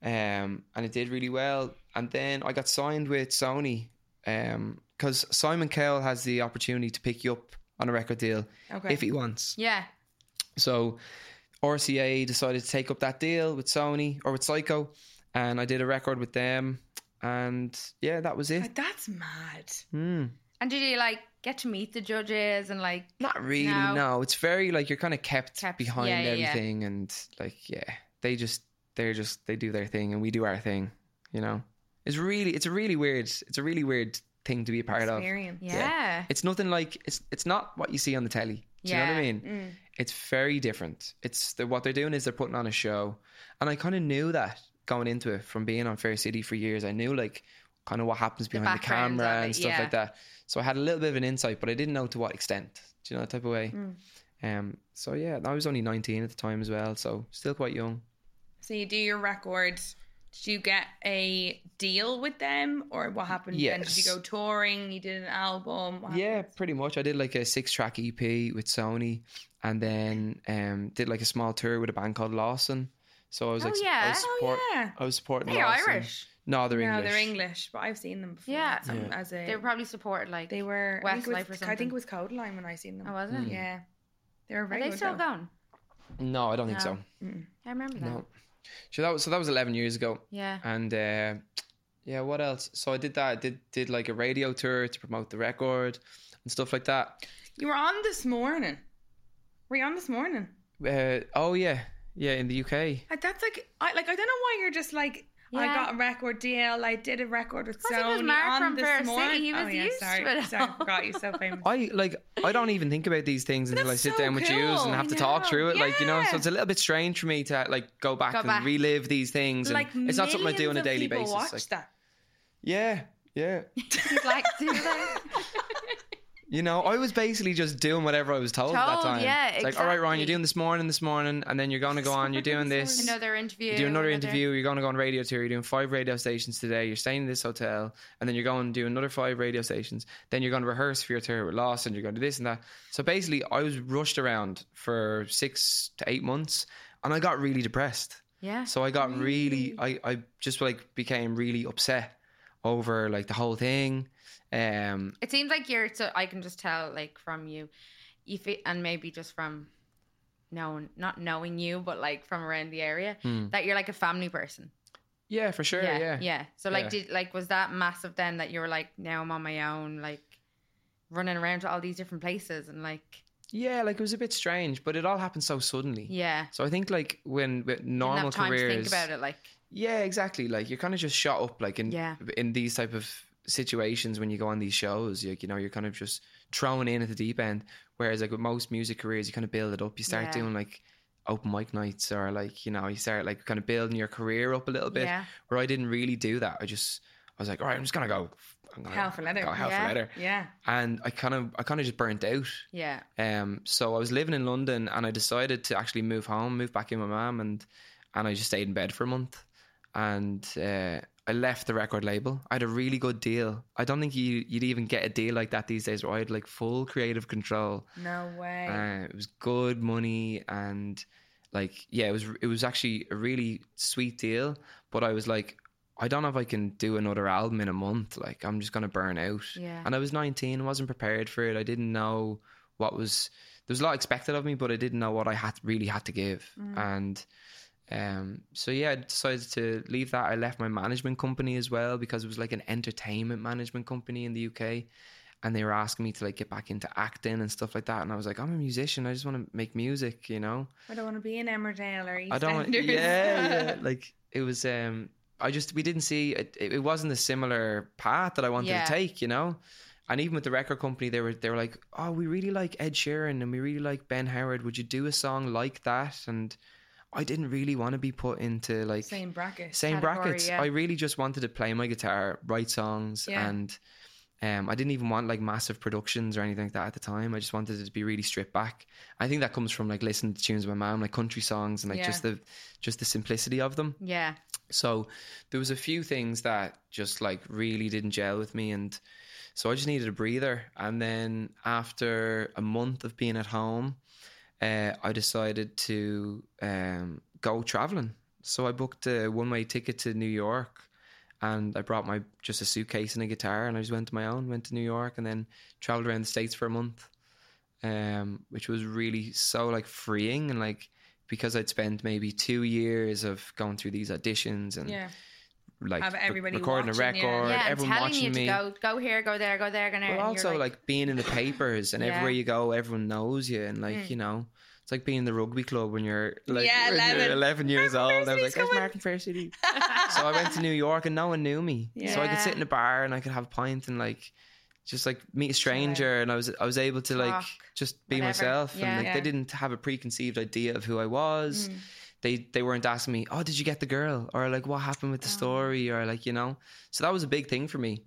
um, and it did really well. And then I got signed with Sony, um, because Simon Cowell has the opportunity to pick you up on a record deal
Okay.
if he wants.
Yeah.
So RCA decided to take up that deal with Sony or with Psycho, and I did a record with them, and yeah, that was it.
Like, that's mad.
Hmm.
And did you like get to meet the judges and like
Not really.
No.
No. it's very like you're kind of kept,
Kept-
behind
yeah, yeah, yeah.
everything, and like yeah, they just they're just they do their thing, and we do our thing. You know, it's really it's a really weird it's a really weird thing to be a part of.
Experience.
yeah.
It's nothing like it's it's not what you see on the telly. Do you know what
Yeah.
I mean?
Mm.
It's very different. It's the, what they're doing is they're putting on a show, and I kind of knew that going into it from being on Fair City for years. I knew like kind of what happens behind the,
background
camera
of it,
and stuff
yeah.
like that. So I had a little bit of an insight, but I didn't know to what extent. Do you know that type of way?
Mm.
Um. So yeah, I was only nineteen at the time as well, so still quite young.
So you do your record. Did you get a deal with them, or what happened? then? Did you
Yes.
go touring? You did an album. What
Yeah,
happened?
pretty much. I did like a six track EP with Sony and then um, did like a small tour with a band called Lawson. So I was
Oh,
like,
yeah.
I was,
Oh,
support-
yeah.
I was supporting
They're
Lawson.
Irish.
No, they're
No,
English.
they're English, but I've seen them before.
Yeah.
some-
Yeah.
As a,
They were probably supported like
They were. I think,
Westlife or
it was, I
something.
think it was Codeline when I seen them.
Oh, was it?
Mm.
Yeah, they were
Are
very.
they
good
still
though.
going?
No, I don't think
No.
so.
I remember that.
No. So that was so that was eleven years ago,
Yeah.
and uh, yeah, what else? So I did that. I did did like a radio tour to promote the record and stuff like that.
You were on this morning. Were you on this morning?
Uh, oh yeah, yeah, in the UK.
Like, that's like, I like, I don't know why you're just like. I
Yeah.
got a record deal. I did a record with
I think it was
Sony
Mark
on
from
this
Fair City,
morning.
he was
oh, yeah,
used
sorry,
to it
sorry,
all.
I forgot you so famous.
I like I don't even think about these things until I
That's
sit
so
down with you
cool.
and have
I
to talk
know.
through it. Like you know, so
Yeah.
it's a little bit strange for me to like go back
Go
and
back.
relive these things. And it's not something I do on
millions
a
of
daily
people
basis.
Watch
Like,
that.
yeah, yeah.
He's like, do that.
You know, I was basically just doing whatever I was told, at that
Told,
time.
yeah,
it's like, all right, Ryan,
exactly.
you're doing this morning, this morning, and then you're going to go on, you're doing this.
Another interview.
You do another interview, you're going to go on radio tour, you're doing five radio stations today, you're staying in this hotel, and then you're going to do another five radio stations, then you're going to rehearse for your tour with Lost, and you're going to do this and that. So basically, I was rushed around for six to eight months, and I got really depressed.
Yeah.
So I got really, I, I just like became really upset over like the whole thing. Um,
It seems like you're so I can just tell like from you, you feel, and maybe just from knowing not knowing you, but like from around the area
Hmm.
that you're like a family person.
yeah, for sure. Yeah,
yeah. So like,
Yeah.
did like was that massive then that you were like now I'm on my own, like running around to all these different places and like
Yeah, like it was a bit strange, but it all happened so suddenly.
yeah,
So I think like when with
didn't
normal
have time
careers,
to think about it. Like
Yeah, exactly. Like you're kind of just shot up, like in
Yeah.
in these type of situations when you go on these shows. You, you know, you're kind of just thrown in at the deep end. Whereas like with most music careers, you kind of build it up. You start
Yeah.
doing like open mic nights or like you know you start like kind of building your career up a little bit.
yeah,
Where I didn't really do that. I just I was like, all right, I'm just gonna go. I'm gonna
Hell for leather.
Go hell
Yeah.
for leather.
Yeah.
And I kind of I kind of just burnt out.
yeah,
Um, so I was living in London, and I decided to actually move home, move back in with my mum, and and I just stayed in bed for a month, and uh, I left the record label. I had a really good deal. I don't think you you'd even get a deal like that these days, where I had like full creative control.
No way.
Uh, it was good money, and like yeah, it was it was actually a really sweet deal. But I was like, I don't know if I can do another album in a month. Like I'm just gonna burn out.
yeah,
And I was 19, I wasn't prepared for it. I didn't know what was there was a lot expected of me, but I didn't know what I had really had to give.
Mm.
And um, so yeah, I decided to leave that. I left my management company as well because it was like an entertainment management company in the UK, and they were asking me to like get back into acting and stuff like that. And I was like, I'm a musician. I just want to make music, you know.
I don't want to be in Emmerdale or EastEnders.
I don't. want- Yeah, yeah. Like it was. um I just we didn't see it. It wasn't a similar path that I wanted
Yeah.
to take. You know. And even with the record company, they were they were like, "Oh, we really like Ed Sheeran and we really like Ben Howard. Would you do a song like that?" And I didn't really want to be put into like
Same bracket.
same
category,
brackets.
yeah.
I really just wanted to play my guitar, write songs,
Yeah.
and um, I didn't even want like massive productions or anything like that at the time. I just wanted it to be really stripped back. I think that comes from like listening to tunes of my mom, like country songs, and like
Yeah.
just the just the simplicity of them.
yeah,
So there was a few things that just like really didn't gel with me, and so I just needed a breather. And then after a month of being at home, uh, I decided to um, go traveling. So I booked a one-way ticket to New York, and I brought my just a suitcase and a guitar, and I just went to my own, went to New York, and then traveled around the states for a month, um, which was really so like freeing and like because I'd spent maybe two years of going through these auditions and
Yeah.
like
Have
re-
everybody
recording a
watching you.
record,
yeah. And
everyone
telling
watching
you to
me.
go, go here, go there, go there, go there.
But
and
also
you're
like, being in the papers and
Yeah.
everywhere you go, everyone knows you and like
Mm.
you know. It's like being in the rugby club when you're like
Yeah,
when you're
11.
11 years
Mark
old. I was like,
Varsity
"There's
coming."
Mark from Fair City." so I went to New York and no one knew me. So I could sit
Yeah.
in a bar and I could have a pint and like just like meet a stranger and I was I was able to like
Talk,
just be
whatever.
myself
Yeah. Mm.
and like they
Yeah.
didn't have a preconceived idea of who I was.
mm.
They they weren't asking me, "Oh, did you get the girl?" or like what happened with the
Oh.
story or like, you know. So that was a big thing for me.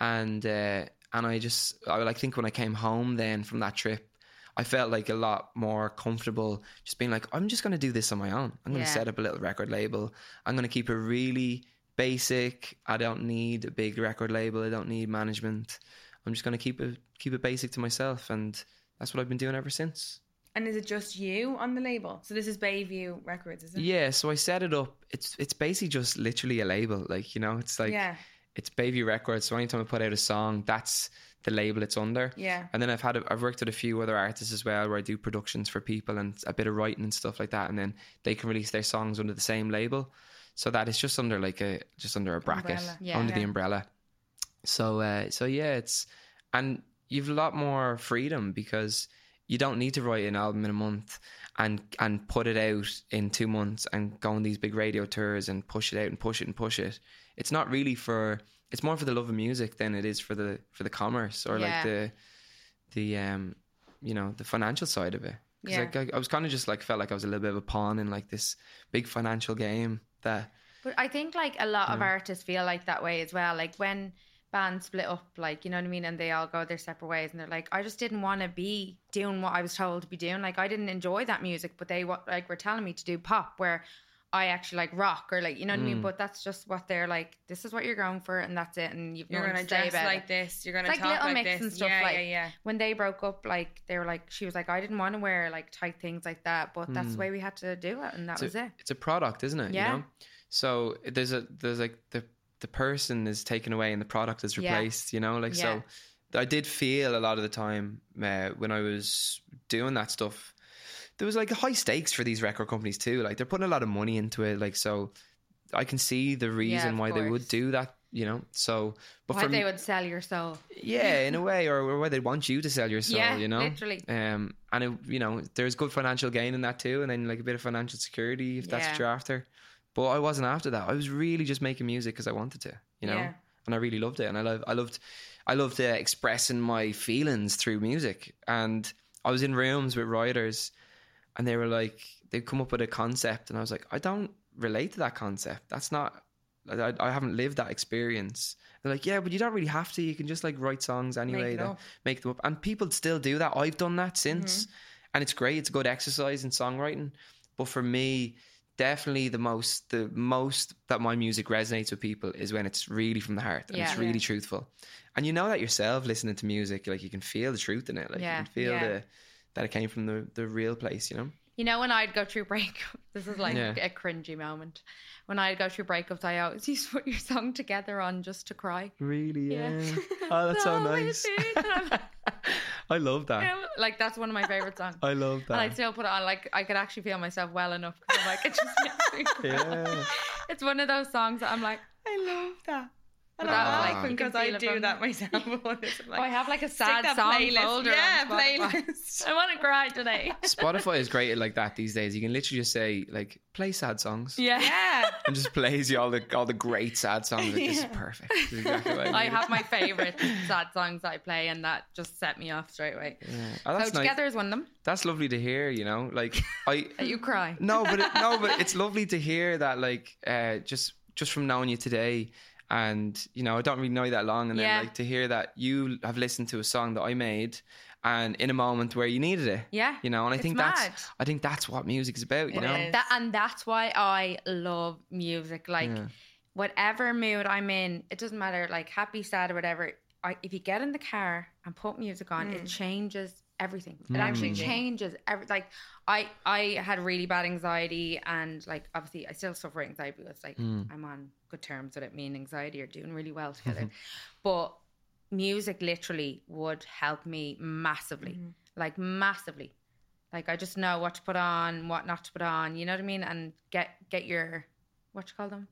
And uh and I just I like think when I came home then from that trip I felt like a lot more comfortable just being like, I'm just going to do this on my own. I'm going to
Yeah.
set up a little record label. I'm going to keep it really basic. I don't need a big record label. I don't need management. I'm just going to keep it keep it basic to myself, and that's what I've been doing ever since.
And is it just you on the label? So this is Bayview Records, is it?
Yeah, so I set it up. It's it's basically just literally a label, like you know, it's like
yeah.
it's Bayview Records. So anytime I put out a song, that's the label it's under.
Yeah.
And then I've had a, I've worked with a few other artists as well, where I do productions for people and a bit of writing and stuff like that, and then they can release their songs under the same label, so that it's just under like a just under a bracket
Umbrella.
Yeah.
under the
Yeah.
umbrella. So uh, so yeah, it's and you've a lot more freedom because you don't need to write an album in a month and and put it out in two months and go on these big radio tours and push it out and push it and push it. It's not really for it's more for the love of music than it is for the for the commerce or
Yeah.
like the the um you know the financial side of it. 'Cause,
Yeah.
like I, I was kind of just like felt like I was a little bit of a pawn in like this big financial game that
But I think like a lot of
Yeah.
artists feel like that way as well. Like when band split up, like you know what I mean, and they all go their separate ways, and they're like, I just didn't want to be doing what I was told to be doing. Like I didn't enjoy that music, but they wa- like were telling me to do pop, where I actually like rock or like you know what I mean.
Mm.
But that's just what they're like. This is what you're going for, and that's it. And you've
You're
going
gonna
to say
dress
about
like
it.
this. You're gonna
Like
talk
Little
like
Mix
this.
and stuff,
yeah,
like-
yeah, yeah.
When they broke up, like they were like, she was like, I didn't want to wear like tight things like that, but that's the
Mm.
way we had to do it, and that
So-
was it.
it's a product, isn't it?
Yeah.
You know? So there's a there's like the the person is taken away and the product is
Yeah.
replaced. You know, like
Yeah.
so. I did feel a lot of the time uh, when I was doing that stuff, there was like high stakes for these record companies too. Like they're putting a lot of money into it. Like so, I can see the reason
of
why they
course.
would do that. You know, so but
Why
for me,
they would sell your soul?
yeah, in a way, or, or why they want you to sell your soul.
yeah,
you know,
literally.
um, and it, you know, there's good financial gain in that too, and then like a bit of financial security if that's
Yeah.
what you're after. But I wasn't after that. I was really just making music because I wanted to, you know,
Yeah.
and I really loved it, and I love, I loved, I loved uh, expressing my feelings through music. And I was in rooms with writers, and they were like, they'd come up with a concept, and I was like, I don't relate to that concept. That's not. I, I haven't lived that experience. They're like, yeah, but you don't really have to. You can just like write songs anyway.
it
that-
up.
make them up. And people still do that. I've done that
Mm-hmm.
since. And it's great. It's a good exercise in songwriting. But for me, definitely the most the most that my music resonates with people is when it's really from the heart and
Yeah.
it's
Yeah.
really truthful. And you know that yourself listening to music, like you can feel the truth in it. Like
Yeah.
you can feel
Yeah.
the that it came from the, the real place, you know?
You know, when I'd go through breakup, this is like
Yeah.
a cringy moment. When I'd go through breakups, I always used to put your song together on just to cry.
Really,
Yeah.
yeah. Oh, that's so
No, I
nice.
did. I'm like,
I love
you
that.
know, like, that's one of my favorite songs.
I love
And I
that.
still put it on, like, I could actually feel myself well enough. 'cause I'm like, it just makes me cry.
Yeah.
It's one of those songs that I'm like,
I love that. And
That was
I
like-
laugh
you can
because I
feel it
do
from
that
me.
myself. It's
oh, I
like,
have like a
stick
sad
that
song
playlist.
folder. on
Yeah,
Spotify.
playlist.
I want to cry today.
Spotify is great at like that these days. You can literally just say like play sad songs.
Yeah.
yeah.
and just plays you all the all the great sad songs. Like, This is
Yeah.
perfect. This is exactly what I
I
needed.
have my favorite sad songs I play, and that just set me off straight away.
Yeah. Oh, that's
so
nice.
together is one of them
That's lovely to hear. You know, like I
that you cry.
no, but it, no, but it's lovely to hear that. Like uh, just just from knowing you today, and you know, I don't really know you that long, and
Yeah.
then like to hear that you have listened to a song that I made, and in a moment where you needed it.
Yeah.
You know, and I
It's
think
mad.
that's um, I think that's what music is about. You
It
know,
is.
That and that's why I love music. Like
Yeah.
whatever mood I'm in, it doesn't matter. Like happy, sad, or whatever. I, if you get in the car and put music on, it changes everything. It actually
Mm.
changes every. Like I, I had really bad anxiety, and like obviously I still suffer anxiety. But it's like
Mm.
I'm on good terms with it. Me and anxiety are doing really well together. but music literally would help me massively, like massively. Like I just know what to put on, what not to put on. You know what I mean? And get get your what you call them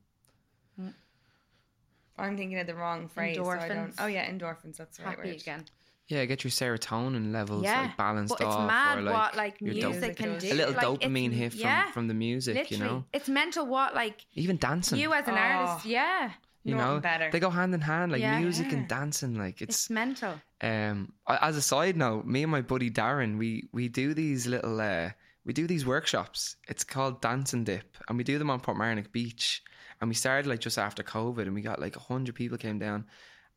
I'm thinking of the wrong phrase. so I don't.
Endorphins.
Oh yeah, endorphins. That's the right
happy
word.
again.
yeah, get your serotonin levels
Yeah.
like balanced
But it's
off,
mad
or like,
what like
your
music
dopamine.
can
A
do.
a little
Like, it's-
dopamine hit from,
yeah,
from the music,
literally.
you know.
It's mental what like
Even dancing.
you as an
Oh.
artist, yeah.
you
Nothing
know
better.
they go hand in hand like
Yeah.
music
Yeah.
and dancing like
It's,
it's
mental.
um a- as a side note me and my buddy darren we we do these little uh we do these workshops it's called dance and dip and we do them on portmarnock beach and we started like just after covid and we got like 100 people came down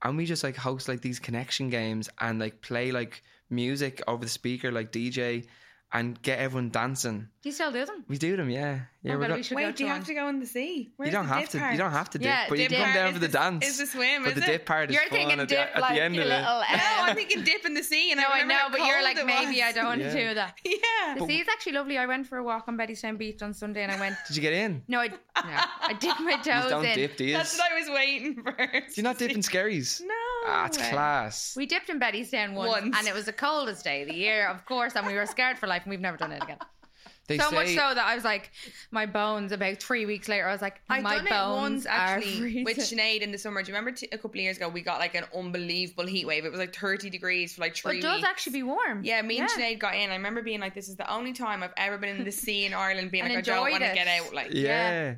and we just like host like these connection games and like play like music over the speaker like dj and get everyone dancing
Do you still do them?
we do them yeah yeah
Oh,
we
God,
got-
we should go
Wait, do you
to
have
one.
to go in the sea? Where's
you don't
the
have
dip
to.
part?
You don't have to dip,
Yeah,
but you
dip
come
part
down
is
for the
the-
dance.
Is the swim?
But
is
the
it?
dip part is
You're
fun
thinking
at
dip
the, at
like
the end
your
of
little
it.
um,
No, I'm thinking dip in the sea. And
No, I
remember
know,
how
but you're
cold
like
it
maybe I
was.
don't want
Yeah.
to do that.
Yeah.
The sea is actually lovely. I went for a walk on Bettystown Beach on Sunday and I went
Did you get in?
No, I, no, I dipped my
You
toes
don't
in.
dip, do you?
That's what I was waiting for.
You're not dipping scaries.
No.
That's
way.
Ah, class.
We dipped in Betty's Down once,
Once.
and it was the coldest day of the year, of course, and we were scared for life, and we've never done it again.
They
so much
say-
so that I was like, my bones. About three weeks later, I was like,
I've
my
done
bones
it once
are
actually with
freezing.
Sinead in the summer. Do you remember t- a couple of years ago we got like an unbelievable heat wave? It was like 30 degrees for like
But
three
it does
weeks.
actually be warm.
yeah, me and
Yeah.
Sinead got in. I remember being like, "This is the only time I've ever been in the sea in Ireland." Being
And
like, "I don't
enjoyed
want to
it.
get out." Like,
Yeah.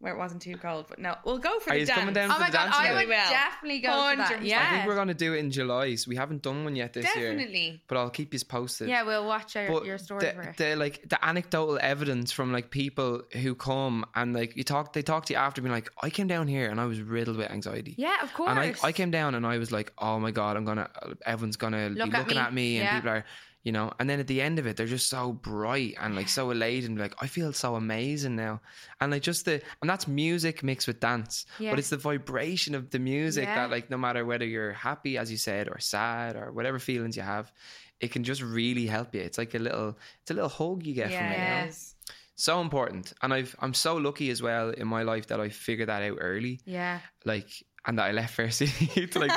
where it wasn't too cold. But no, we'll go for
Are
the
you
dance.
coming down
Oh
for
my
the
god,
dance?
I
today?
would
Yeah, we will.
definitely go to that.
100%.
Yeah,
I think we're gonna do it in July. So we haven't done one yet this year,
Definitely.
but I'll keep you posted.
yeah, we'll watch your,
But
your story for
the,
it.
the like the anecdotal evidence from like people who come and like you talk, they talk to you after being like, I came down here and I was riddled with anxiety.
yeah, of course.
And I, I came down and I was like, oh my God, I'm going to, everyone's going to
Look
be
at
looking
me.
at me and
Yeah.
people are, you know. And then at the end of it, they're just so bright and like so elated and like, I feel so amazing now. And like just the, and that's music mixed with dance.
Yeah.
But it's the vibration of the music
Yeah.
that like, no matter whether you're happy, as you said, or sad or whatever feelings you have, it can just really help you. It's like a little, it's a little hug you get from it. you know?
Yeah.
Yes.
So important. And I've, I'm so lucky as well in my life that I figured that out early
yeah,
like and that I left Fair City to like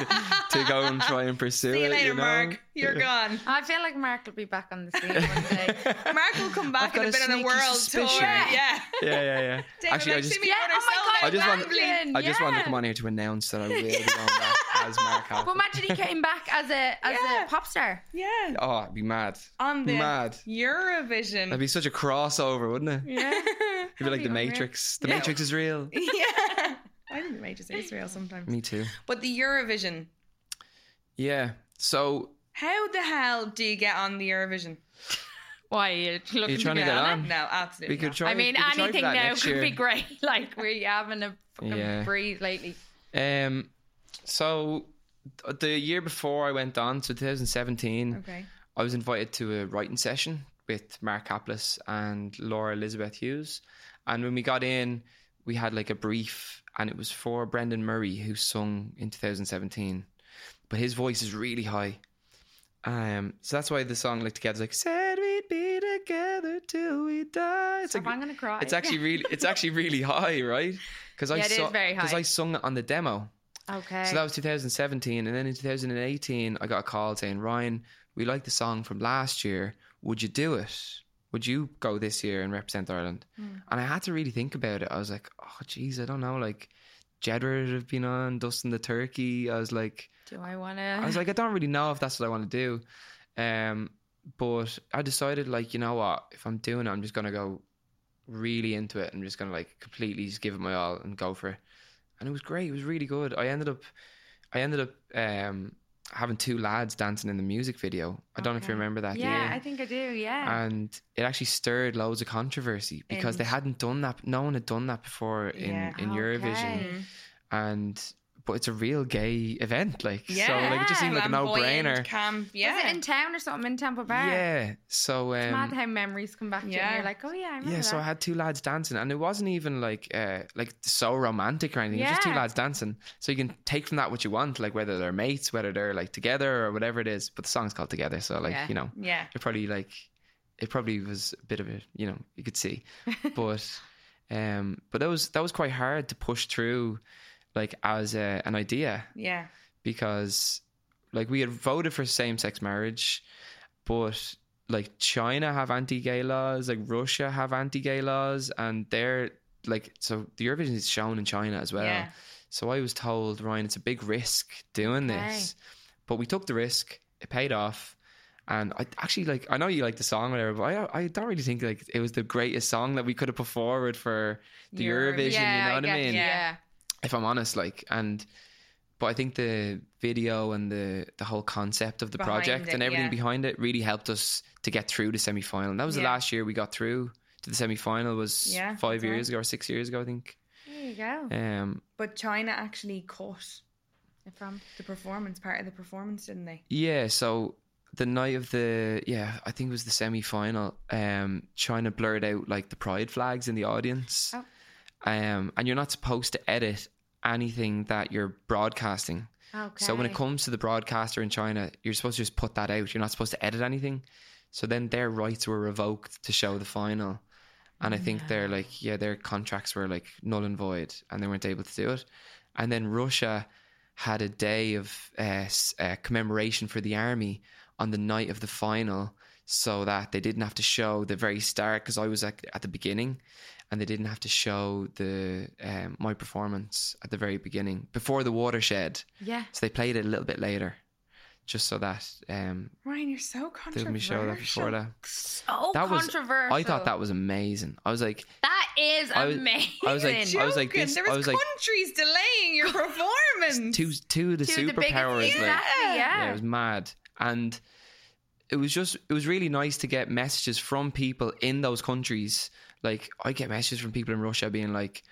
to go and try and pursue
See you
it.
later,
you know?
Mark. You're gone.
I feel like Mark will be back on the scene one day.
Mark will come
I've
back and
got a
a bit on a
sneaky
world tour.
suspicion.
Yeah.
yeah, yeah, yeah.
David,
Actually, I
like,
just
see me
Yeah, oh
on
my
ourselves.
god,
I just want-
rambling,
I just
yeah.
wanted to come on here to announce that I will be going back as Mark.
But
Halford.
imagine he came back as a as
Yeah.
a pop star.
Yeah.
Oh, I'd be mad.
On the
Mad.
Eurovision.
That'd be such a crossover, wouldn't it?
yeah.
It'd be like The Matrix. The
Yeah.
Matrix is real.
yeah. I think the major is real sometimes.
Me too.
But the Eurovision.
Yeah. So
How the hell do you get on the Eurovision?
Why are you looking
You're trying to get
on
on?
it?
Um,
no, absolutely.
we could
not.
try.
I mean,
we could try for
anything
that
now
next
could
year.
be great. Like we're having a fucking
Yeah.
breeze lately.
Um. So th- the year before I went on, so 2017.
Okay.
I was invited to a writing session with Mark Kaplis and Laura Elizabeth Hughes. And when we got in, we had like a brief, and it was for Brendan Murray, who sung in 2017. But his voice is really high. Um, so that's why the song like together is like said we'd be together till we die. It's
Stop,
like
I'm gonna cry.
it's actually really it's actually really high, right? Because I
Yeah, it is
saw
very high.
I sung it on the demo.
okay.
So that was 2017. And then in 2018, I got a call saying, Ryan, we like the song from last year. Would you do it? Would you go this year and represent Ireland? And I had to really think about it. I was like, oh, geez, I don't know. Like, Jedward would have been on, Dustin the Turkey. I was like,
Do I want
I was
to?
like, I don't really know if that's what I want to do. Um, but I decided, like, you know what? If I'm doing it, I'm just gonna go really into it. I'm just gonna like completely just give it my all and go for it. And it was great. It was really good. I ended up, I ended up um, having two lads dancing in the music video. I don't know if
Okay.
you remember that.
Yeah,
Ian.
I think I do. Yeah.
And it actually stirred loads of controversy because
And-
they hadn't done that. No one had done that before in
Yeah.
in Eurovision
Okay.
and but it's a real gay event, like so,
Yeah.
like it just seemed like a no
Flamboyant
brainer.
Camp. Yeah.
Was it in town or something in Temple Bar?
Yeah, so
It's mad
um,
how memories come back to you. And
Yeah.
you're like, oh yeah, I remember
yeah, so I
that.
had two lads dancing, and it wasn't even like uh like so romantic or anything. It was just two
Yeah.
lads dancing, so you can take from that what you want, like whether they're mates, whether they're like together or whatever it is. But the song's called Together, so like
Yeah.
you know,
yeah.
it probably like it probably was a bit of a you know you could see but um but that was that was quite hard to push through like as a, an idea
Yeah.
because like we had voted for same sex marriage, but like China have anti gay laws, like Russia have anti gay laws, and they're like so the Eurovision is shown in China as well.
Yeah.
So I was told, Ryan, it's a big risk doing
Okay.
this. But we took the risk, it paid off. And I actually like I know you like the song or whatever, but I I don't really think like it was the greatest song that we could have put forward for the
Eurovision.
Eurovision, you know what
get
I
you,
mean?
Yeah.
if I'm honest, like, and but I think the video and the the whole concept of the
Behind
project
it,
and everything
yeah.
behind it really helped us to get through the semi final. And that was the
Yeah.
last year we got through to the semi final was
Yeah,
five
that's right.
years ago or six years ago, I think.
There you go.
Um,
But China actually cut
From
the performance part of the performance, didn't they?
yeah, so the night of the yeah, I think it was the semi final. Um, China blurred out like the pride flags in the audience.
Oh.
Um, and you're not supposed to edit anything that you're broadcasting.
okay.
So when it comes to the broadcaster in China, you're supposed to just put that out. You're not supposed to edit anything. So then their rights were revoked to show the final. And I think they're like, yeah, their contracts were like null and void and they weren't able to do it. And then Russia had a day of uh, s- uh, commemoration for the army on the night of the final so that they didn't have to show the very start because I was at, at the beginning and they didn't have to show the um, my performance at the very beginning before the watershed.
yeah,
So they played it a little bit later, just so that um,
Ryan, you're so
they
controversial.
would show that before that.
so
That was-
controversial.
I thought that was amazing. I was like,
that That is
I was-
amazing.
I was like, I was like
Joking,
this.
there was,
I was like
countries delaying your performance.
two, two of the
Two of the biggest-
superpowers.
exactly,
like,
yeah.
yeah, it was mad, and it was just it was really nice to get messages from people in those countries. Like I get messages from people in Russia being like,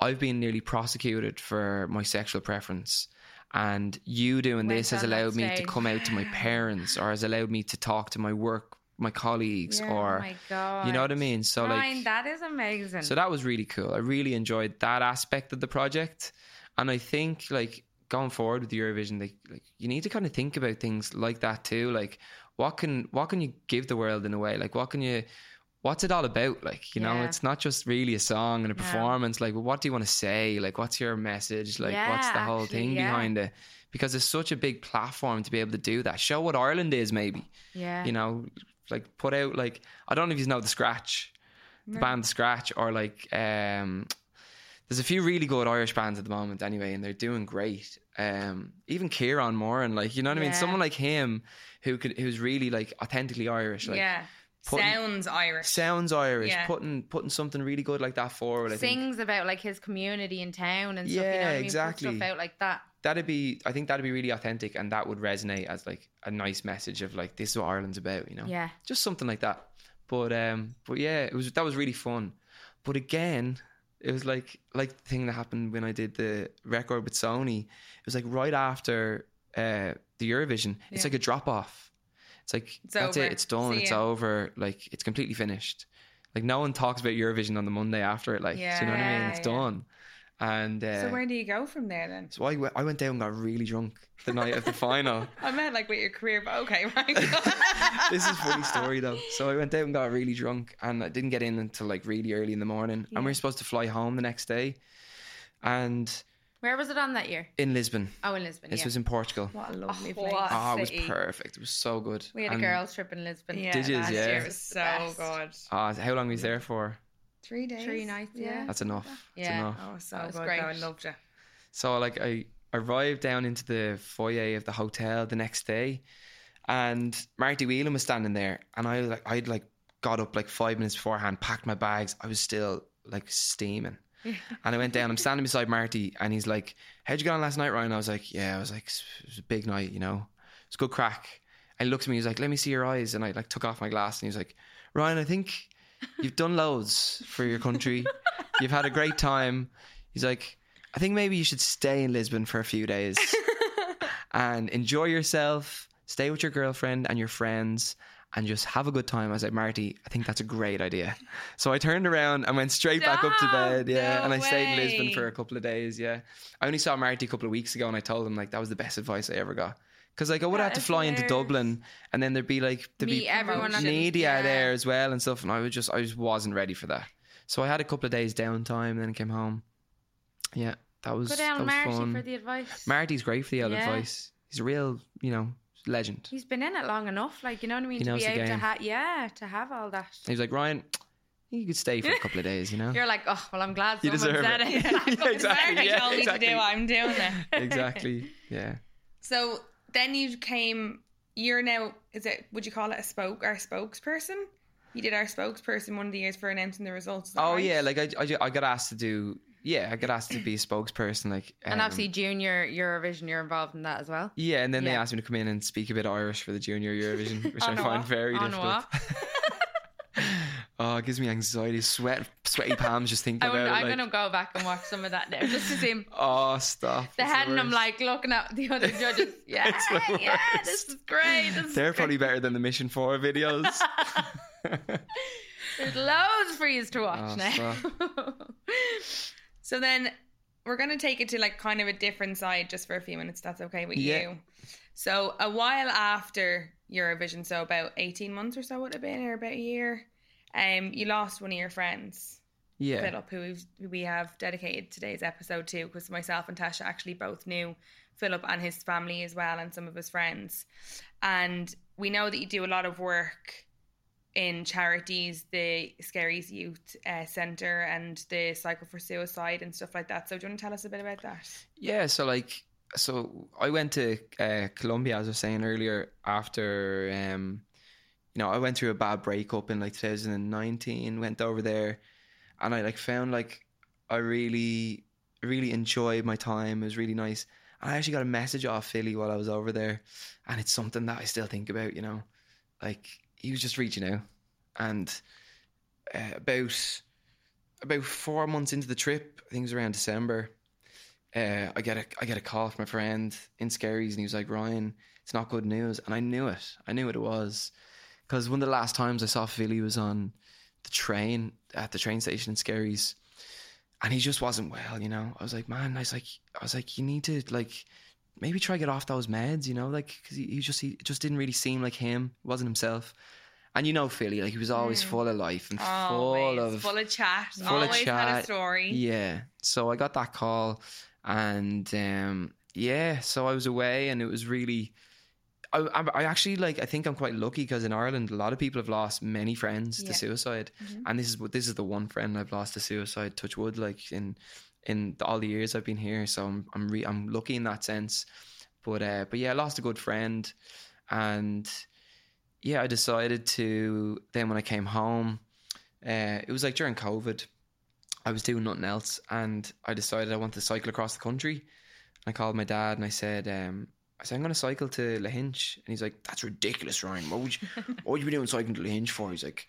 "I've been nearly prosecuted for my sexual preference." And you doing
Went
this has
on that
allowed me to
stage.
come out to my parents, or has allowed me to talk to my work, my colleagues,
Yeah, oh
or
my God.
you know what I mean. So
Ryan,
like,
that is amazing.
so that was really cool. I really enjoyed that aspect of the project, and I think like going forward with Eurovision, like, like you need to kind of think about things like that too. Like, what can what can you give the world in a way? Like, what can you? What's it all about? Like, you know,
Yeah.
it's not just really a song and a
No.
performance. Like, what do you want to say? Like, what's your message? Like, what's
Yeah,
the whole
actually,
thing
yeah.
behind it? Because it's such a big platform to be able to do that. Show what Ireland is, maybe
yeah.
you know, like put out like I don't know if you know the Scratch,
Mm.
the band Scratch, or like um, there's a few really good Irish bands at the moment anyway, and they're doing great. Um, even Kieran Moran, like you know what I mean,
Yeah.
someone like him who could who's really like authentically Irish, like
yeah,
putting-
sounds Irish.
sounds Irish,
Yeah.
putting putting something really good like that forward. I think
Sings about like his community in town and stuff. you know
Yeah,
what I mean? Puts
exactly.
Stuff out like that.
that'd be I think that'd be really authentic, and that would resonate as like a nice message of like this is what Ireland's about, you know.
Yeah.
just something like that. But um, but yeah, it was that was really fun. But again, it was like like the thing that happened when I did the record with Sony. It was like right after uh the Eurovision. It's
Yeah.
like a drop off. It's like
It's
that's
over.
it. It's done.
See
it's
ya.
over. Like it's completely finished. Like no one talks about Eurovision on the Monday after it. Like do you know what I mean?
Yeah,
It's
yeah.
done. And uh,
So where do you go from there then?
so I went, I went down and got really drunk the night of the final.
I meant like with your career, but okay, right.
this is a funny story though. So I went out and got really drunk, and I didn't get in until like really early in the morning. And we were supposed to fly home the next day, and
Where was it on that year?
in Lisbon.
Oh, in Lisbon.
This
yeah.
was in Portugal.
What a lovely
Oh,
place.
what?
Oh, it was
City.
perfect. It was so good.
we had a
And-
girls trip in Lisbon.
Yeah,
Did yous,
last
yeah.
year it was so
Best.
good.
Ah, how long was there for?
Oh, Three days,
Three nights, yeah.
That's enough. That's
Yeah.
enough.
Oh, so
That was
good.
great.
Though. I loved it.
So like I arrived down into the foyer of the hotel the next day, and Marty Whelan was standing there, and I like I'd like got up like five minutes beforehand, packed my bags. I was still like steaming. and I went down. I'm standing beside Marty, and he's like, "How'd you get on last night, Ryan?" I was like, "Yeah, I was like, it was a big night, you know. It's good crack." And he looked at me. He was like, "Let me see your eyes," and I like took off my glass, and he was like, "Ryan, I think you've done loads for your country. You've had a great time." He's like, "I think maybe you should stay in Lisbon for a few days and enjoy yourself. Stay with your girlfriend and your friends." And just have a good time. I was like, Marty, I think that's a great idea. So I turned around and went straight back up to
Stop.
bed. Yeah,
No
and I stayed in Lisbon
way.
for a couple of days. Yeah, I only saw Marty a couple of weeks ago, and I told him like that was the best advice I ever got. Because like I would
That
have to
is
fly into
hilarious.
Dublin, and then there'd be like there'd
Meet
be
everyone
on the-
media
yeah.
there as well and stuff, and I was just I just wasn't ready for that. So I had a couple of days downtime, and then came home. Yeah, that was
Go down,
that
Marty,
was fun.
for the advice.
Marty's great for the old
Yeah.
advice. He's a real you know legend.
He's been in it long enough, like you know what I mean,
He
to
knows
be
the
able to
game.
have yeah, to have all that.
He was like Ryan, you could stay for a couple of days, you know.
You're like, oh well, I'm glad
You
someone
deserve
said
it.
it.
Yeah, exactly,
Marty
yeah,
told me to
exactly.
do what I'm doing. It.
exactly. Yeah.
So then you came. You're now. Is it? Would you call it a spoke? Our spokesperson. You did our spokesperson one of the years for announcing the results. is that
Oh
right?
yeah, like I, I, ju- I got asked to do yeah, I got asked to be a spokesperson like
And
um,
obviously, Junior Eurovision, you're involved in that as well.
yeah, and then they
yeah.
asked me to come in and speak a bit Irish for the junior Eurovision, which I
On a
find
walk,
very
on a
difficult. oh, it gives me anxiety, sweat, sweaty palms just thinking
I wonder,
about it.
I'm
like,
gonna go back and watch some of that now, just to see him.
Oh, stop!
The
it's the
head, and I'm
worst.
like looking at the other judges. Yeah,
It's the
yeah, this is great. This is
They're
great.
probably better than the Mission Four videos.
There's loads for you to watch
Oh,
now.
So then we're going to take it to like kind of a different side just for a few minutes. if That's okay with
Yeah.
you. So a while after Eurovision, so about 18 months or so would have been, or about a year, um, you lost one of your friends,
yeah,
Philip, who, we've, who we have dedicated today's episode to because myself and Tasha actually both knew Philip and his family as well and some of his friends. And we know that you do a lot of work in charities, the Scaries Youth uh, Centre and the Cycle for Suicide and stuff like that. So do you want to tell us a bit about that?
yeah. So like, so I went to uh, Colombia as I was saying earlier after um, you know, I went through a bad breakup in like 2019, went over there and I like found like I really really enjoyed my time. It was really nice. And I actually got a message off Philly while I was over there, and it's something that I still think about. You know, like he was just reaching out, and uh, about about four months into the trip, I think it was around December. Uh, I get a I get a call from a friend in Scaries, and he was like, "Ryan, it's not good news," and I knew it. I knew what it was because one of the last times I saw Philly was on the train at the train station in Scaries, and he just wasn't well. You know, I was like, "Man," I was like, "I was like, you need to like maybe try get off those meds," you know, like because he, he just he just didn't really seem like him. He wasn't himself. And you know Philly, like he was always full of life and
Always
full of
Oh, full of chat.
full of
always had
chat.
a story.
yeah. So I got that call and um yeah, so I was away and it was really I I, I actually like I think I'm quite lucky because in Ireland a lot of people have lost many friends
Yeah.
to suicide.
Mhm.
And this is what this is the one friend I've lost to suicide touch wood like in in all the years I've been here, so I'm I'm re- I'm lucky in that sense. But uh but yeah, I lost a good friend and yeah, I decided to then when I came home, uh, it was like during COVID, I was doing nothing else, and I decided I wanted to cycle across the country. I called my dad and I said, um, I said I'm going to cycle to Lahinch, and he's like, "That's ridiculous, Ryan. What would you, what would you be doing cycling to Lahinch for?" He's like.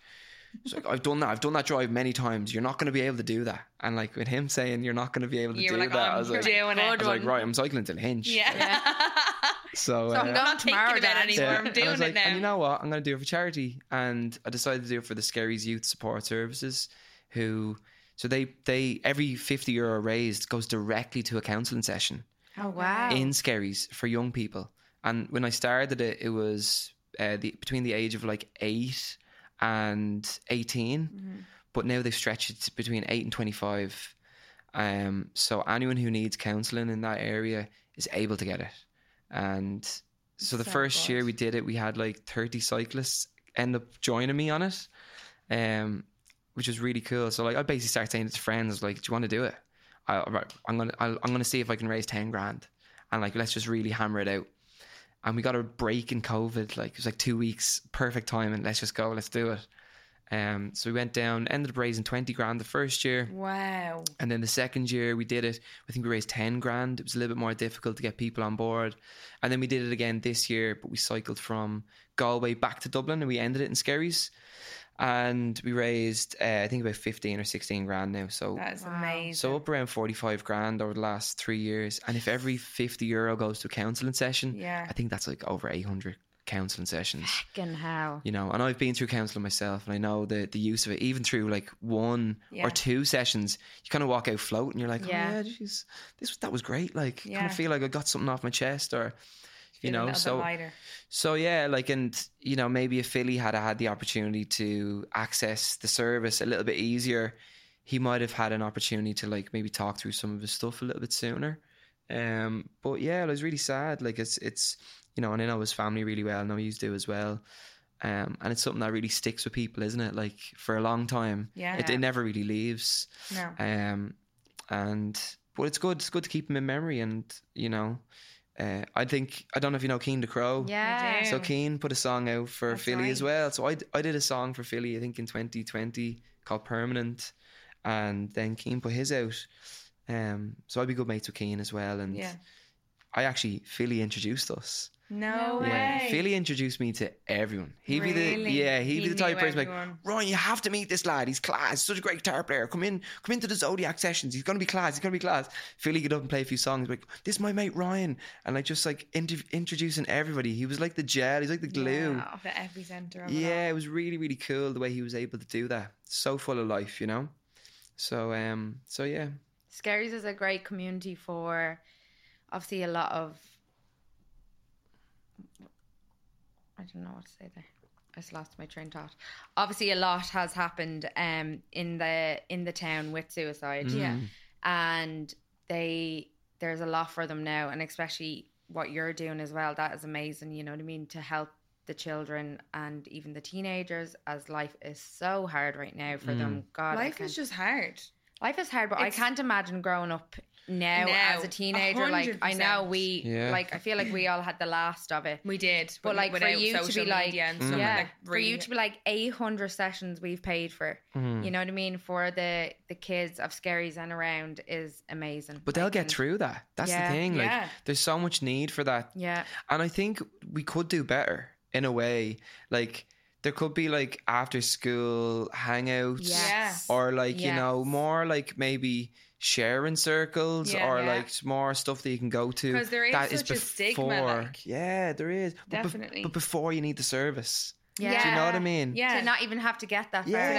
He's like, I've done that. I've done that drive many times. You're not going to be able to do that. And like with him saying, you're not going to be able to
You were
do
like, "Oh,
that, I
I'm
was like, I
doing it.
was like, right, I'm cycling to Lahinch.
Yeah.
So,
So I'm
uh,
going
not thinking
tomorrow,
about it
Dad.
anymore.
yeah.
I'm
And I
doing
was
it
like,
now.
And you know what? I'm going to do it for charity. And I decided to do it for the Scaries Youth Support Services, who so they they every 50 euro raised goes directly to a counselling session
Oh wow.
in Scaries for young people. And when I started it, it was uh, the between the age of like eight and 18
Mm-hmm.
but now they've stretched it to between 8 and 25 um, so anyone who needs counselling in that area is able to get it and so the
So
first
good.
year we did it we had like 30 cyclists end up joining me on it um, which was really cool so like i basically started saying to friends like do you want to do it I, all right, i'm gonna I'll, i'm gonna see if i can raise 10 grand and like let's just really hammer it out and we got a break in covid like it was like two weeks perfect time and let's just go let's do it um, so we went down, ended up raising 20 grand the first year.
Wow.
And then the second year we did it, I think we raised 10 grand. It was a little bit more difficult to get people on board. And then we did it again this year, but we cycled from Galway back to Dublin and we ended it in Skerries. And we raised, uh, I think, about 15 or 16 grand now. Oh, So,
That's
Wow.
amazing.
so up around 45 grand over the last three years. And if every 50 euro goes to a counselling session,
yeah.
I think that's like over 800 counselling sessions
Fucking hell.
you know, and I've been through counselling myself, and I know the the use of it, even through like one
Yeah.
or two sessions, you kind of walk out floating. You're like, oh
Yeah.
yeah, geez, this was- that was great. Like, kind
Yeah.
of feel like I got something off my chest, or you
Feeling a
know,
little bit
so
lighter.
so yeah, like, and you know, maybe if Philly had had the opportunity to access the service a little bit easier, he might have had an opportunity to like maybe talk through some of his stuff a little bit sooner. Um, but yeah, it was really sad. Like, it's it's you know, and I know his family really well. I know you do as well. Um, and it's something that really sticks with people, isn't it? Like for a long time,
Yeah.
it, it never really leaves.
no.
Um, and but it's good. It's good to keep him in memory. And you know, uh, I think I don't know if you know Keen the Crow.
Yeah.
do.
So Keane put a song out for
That's
Philly as
right.
well. So I, d- I did a song for Philly, I think in 2020 called Permanent, and then Keane put his out. Um, so I'd be good mates with Keane as well, and
Yeah.
I actually Philly introduced us.
No
No way.
way.
Philly introduced me to everyone. He'd be the
Really?
yeah, he'd
He
be the type
knew
of person like
everyone.
Ryan, you have to meet this lad. He's class. Such a great guitar player. Come in, come into the Zodiac sessions. He's gonna be class. He's gonna be class. Philly get up and play a few songs. Like this, is my mate Ryan, and like just like inter- introducing everybody. He was like the gel. He's like the glue.
Yeah, the epicenter of it
Yeah, it was really, really cool the way he was able to do that. So full of life, you know. So, um, so yeah,
Scaries is a great community for obviously a lot of I don't know what to say there. I just lost my train of thought. Obviously a lot has happened um in the in the town with suicide.
Yeah.
Mm.
And they there's a lot for them now and especially what you're doing as well, that is amazing, you know what I mean, to help the children and
Mm.
even the teenagers as life is so hard right now for them. God I
all. Life
can't-
is just hard.
Life is hard, but I
It's-
can't imagine growing up now,
Now,
as a teenager. Like I know
100%.
we,
Yeah.
like I feel like we all had the last of it.
We did,
But,
but
like,
like
for
without
you to be
social
like-
media and stuff
yeah,
like
for you
really-
to be like 800 sessions we've paid for,
Mm.
you know what I mean, for the the kids of Scaries and around is amazing.
But they'll
Like,
get
and-
through that. That's
Yeah.
the thing. Like,
Yeah.
there's so much need for that
Yeah,
And I think we could do better in a way. Like there could be like after school hangouts
Yes.
or like you know
Yes.
more like maybe sharing circles
Yeah.
or
Yeah.
like more stuff that you can go to
'Cause there is
that
such a stigma, like.
yeah there is But bef-
Definitely.
but before you need the service
yeah.
do you know what I
Yeah.
mean
yeah,
To not even have to get that far.
yeah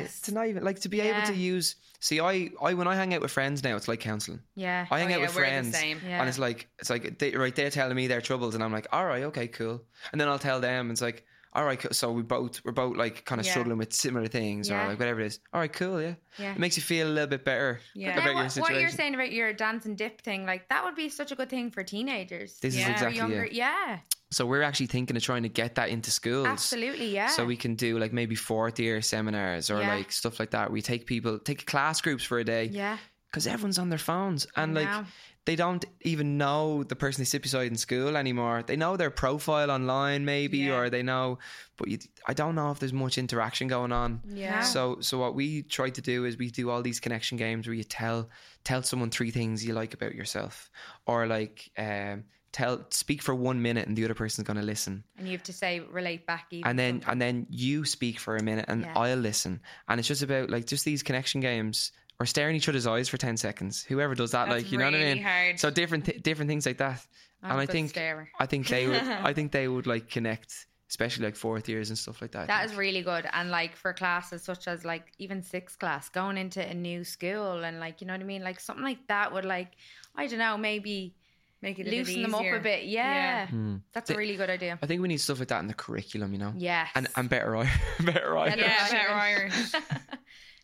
Yes.
to not even like to be able
Yeah.
to use see I I when I hang out with friends now it's like counseling
Yeah.
I
Oh,
hang out
yeah,
with
we're the
friends
same.
Yeah.
and it's like it's like they, right they're telling me their troubles and I'm like all right okay cool and then I'll tell them and it's like all right co- so we both we're both like kind of
Yeah.
struggling with similar things
Yeah.
or like whatever it is all right cool yeah
yeah.
it makes you feel a little bit better
Yeah.
Now,
about your
what, what
situation
you're saying about your dance and dip thing, like that would be such a good thing for teenagers.
this
Yeah.
is
Or
For
exactly
younger,
it
yeah,
so we're actually thinking of trying to get that into schools
absolutely, yeah.
so we can do like maybe fourth year seminars or
Yeah.
like stuff like that we take people take class groups for a day
yeah,
because everyone's on their phones and like
now.
they don't even know the person they sit beside in school anymore. They know their profile online, maybe,
Yeah.
or they know, but you, I don't know if there's much interaction going on.
Yeah.
So, so what we try to do is we do all these connection games where you tell tell someone three things you like about yourself, or like um, tell speak for one minute and the other person's going to listen,
and you have to say relate back even.
and then
sometimes.
and then you speak for a minute and
Yeah.
I'll listen, and it's just about like just these connection games or staring each other's eyes for ten seconds. Whoever does that,
That's
like you know what I
really
mean.
Hard.
So different th- different things like that.
I'm
and
a
I
good
think-
starer.
I think they would. I think they would like connect, especially like fourth years and stuff like that.
That is really good. And like for classes such as like even sixth class, going into a new school and like, you know what I mean? Like something like that would like, I don't know, maybe
make it a bit
loosen them up a
easier.
bit. Yeah.
Hmm.
That's
The-
a really good idea.
I think we need stuff like that in the curriculum, you know,
Yes.
and and better Irish, better Irish.
Better
Yeah,
Irish.
better Irish.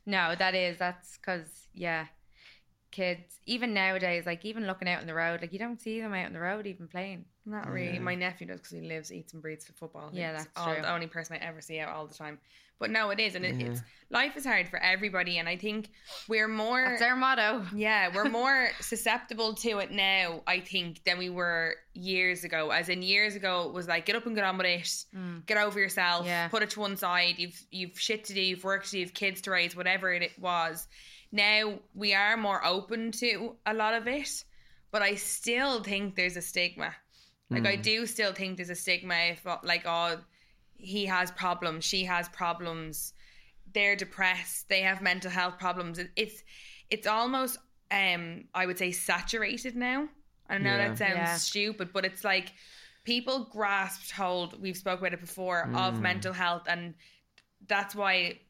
no, that is. That's because, yeah, kids, even nowadays, like even looking out on the road, like you don't see them out on the road even playing.
Not really.
Yeah.
My nephew does because he lives, eats, and breathes for football.
Yeah,
He's
that's
all,
true.
the only person I ever see out all the time. But no, it is, and it,
Yeah.
it's life is hard for everybody, and I think we're more.
That's our motto.
Yeah, we're more susceptible to it now, I think, than we were years ago. As in years ago, it was like get up and get on with it,
Mm.
get over yourself,
Yeah.
put it to one side. You've you've shit to do, you've work to do, you've kids to raise, whatever it was. Now we are more open to a lot of it, but I still think there's a stigma. Like I
Hmm.
Mm.
do still think there's a stigma if uh, like oh he has problems, she has problems, they're depressed, they have mental health problems. It- It's it's almost um I would say saturated now. I know
Yeah.
that sounds
Yeah.
stupid, but it's like people grasped hold, we've spoke about it before,
Mm.
of mental health and that's why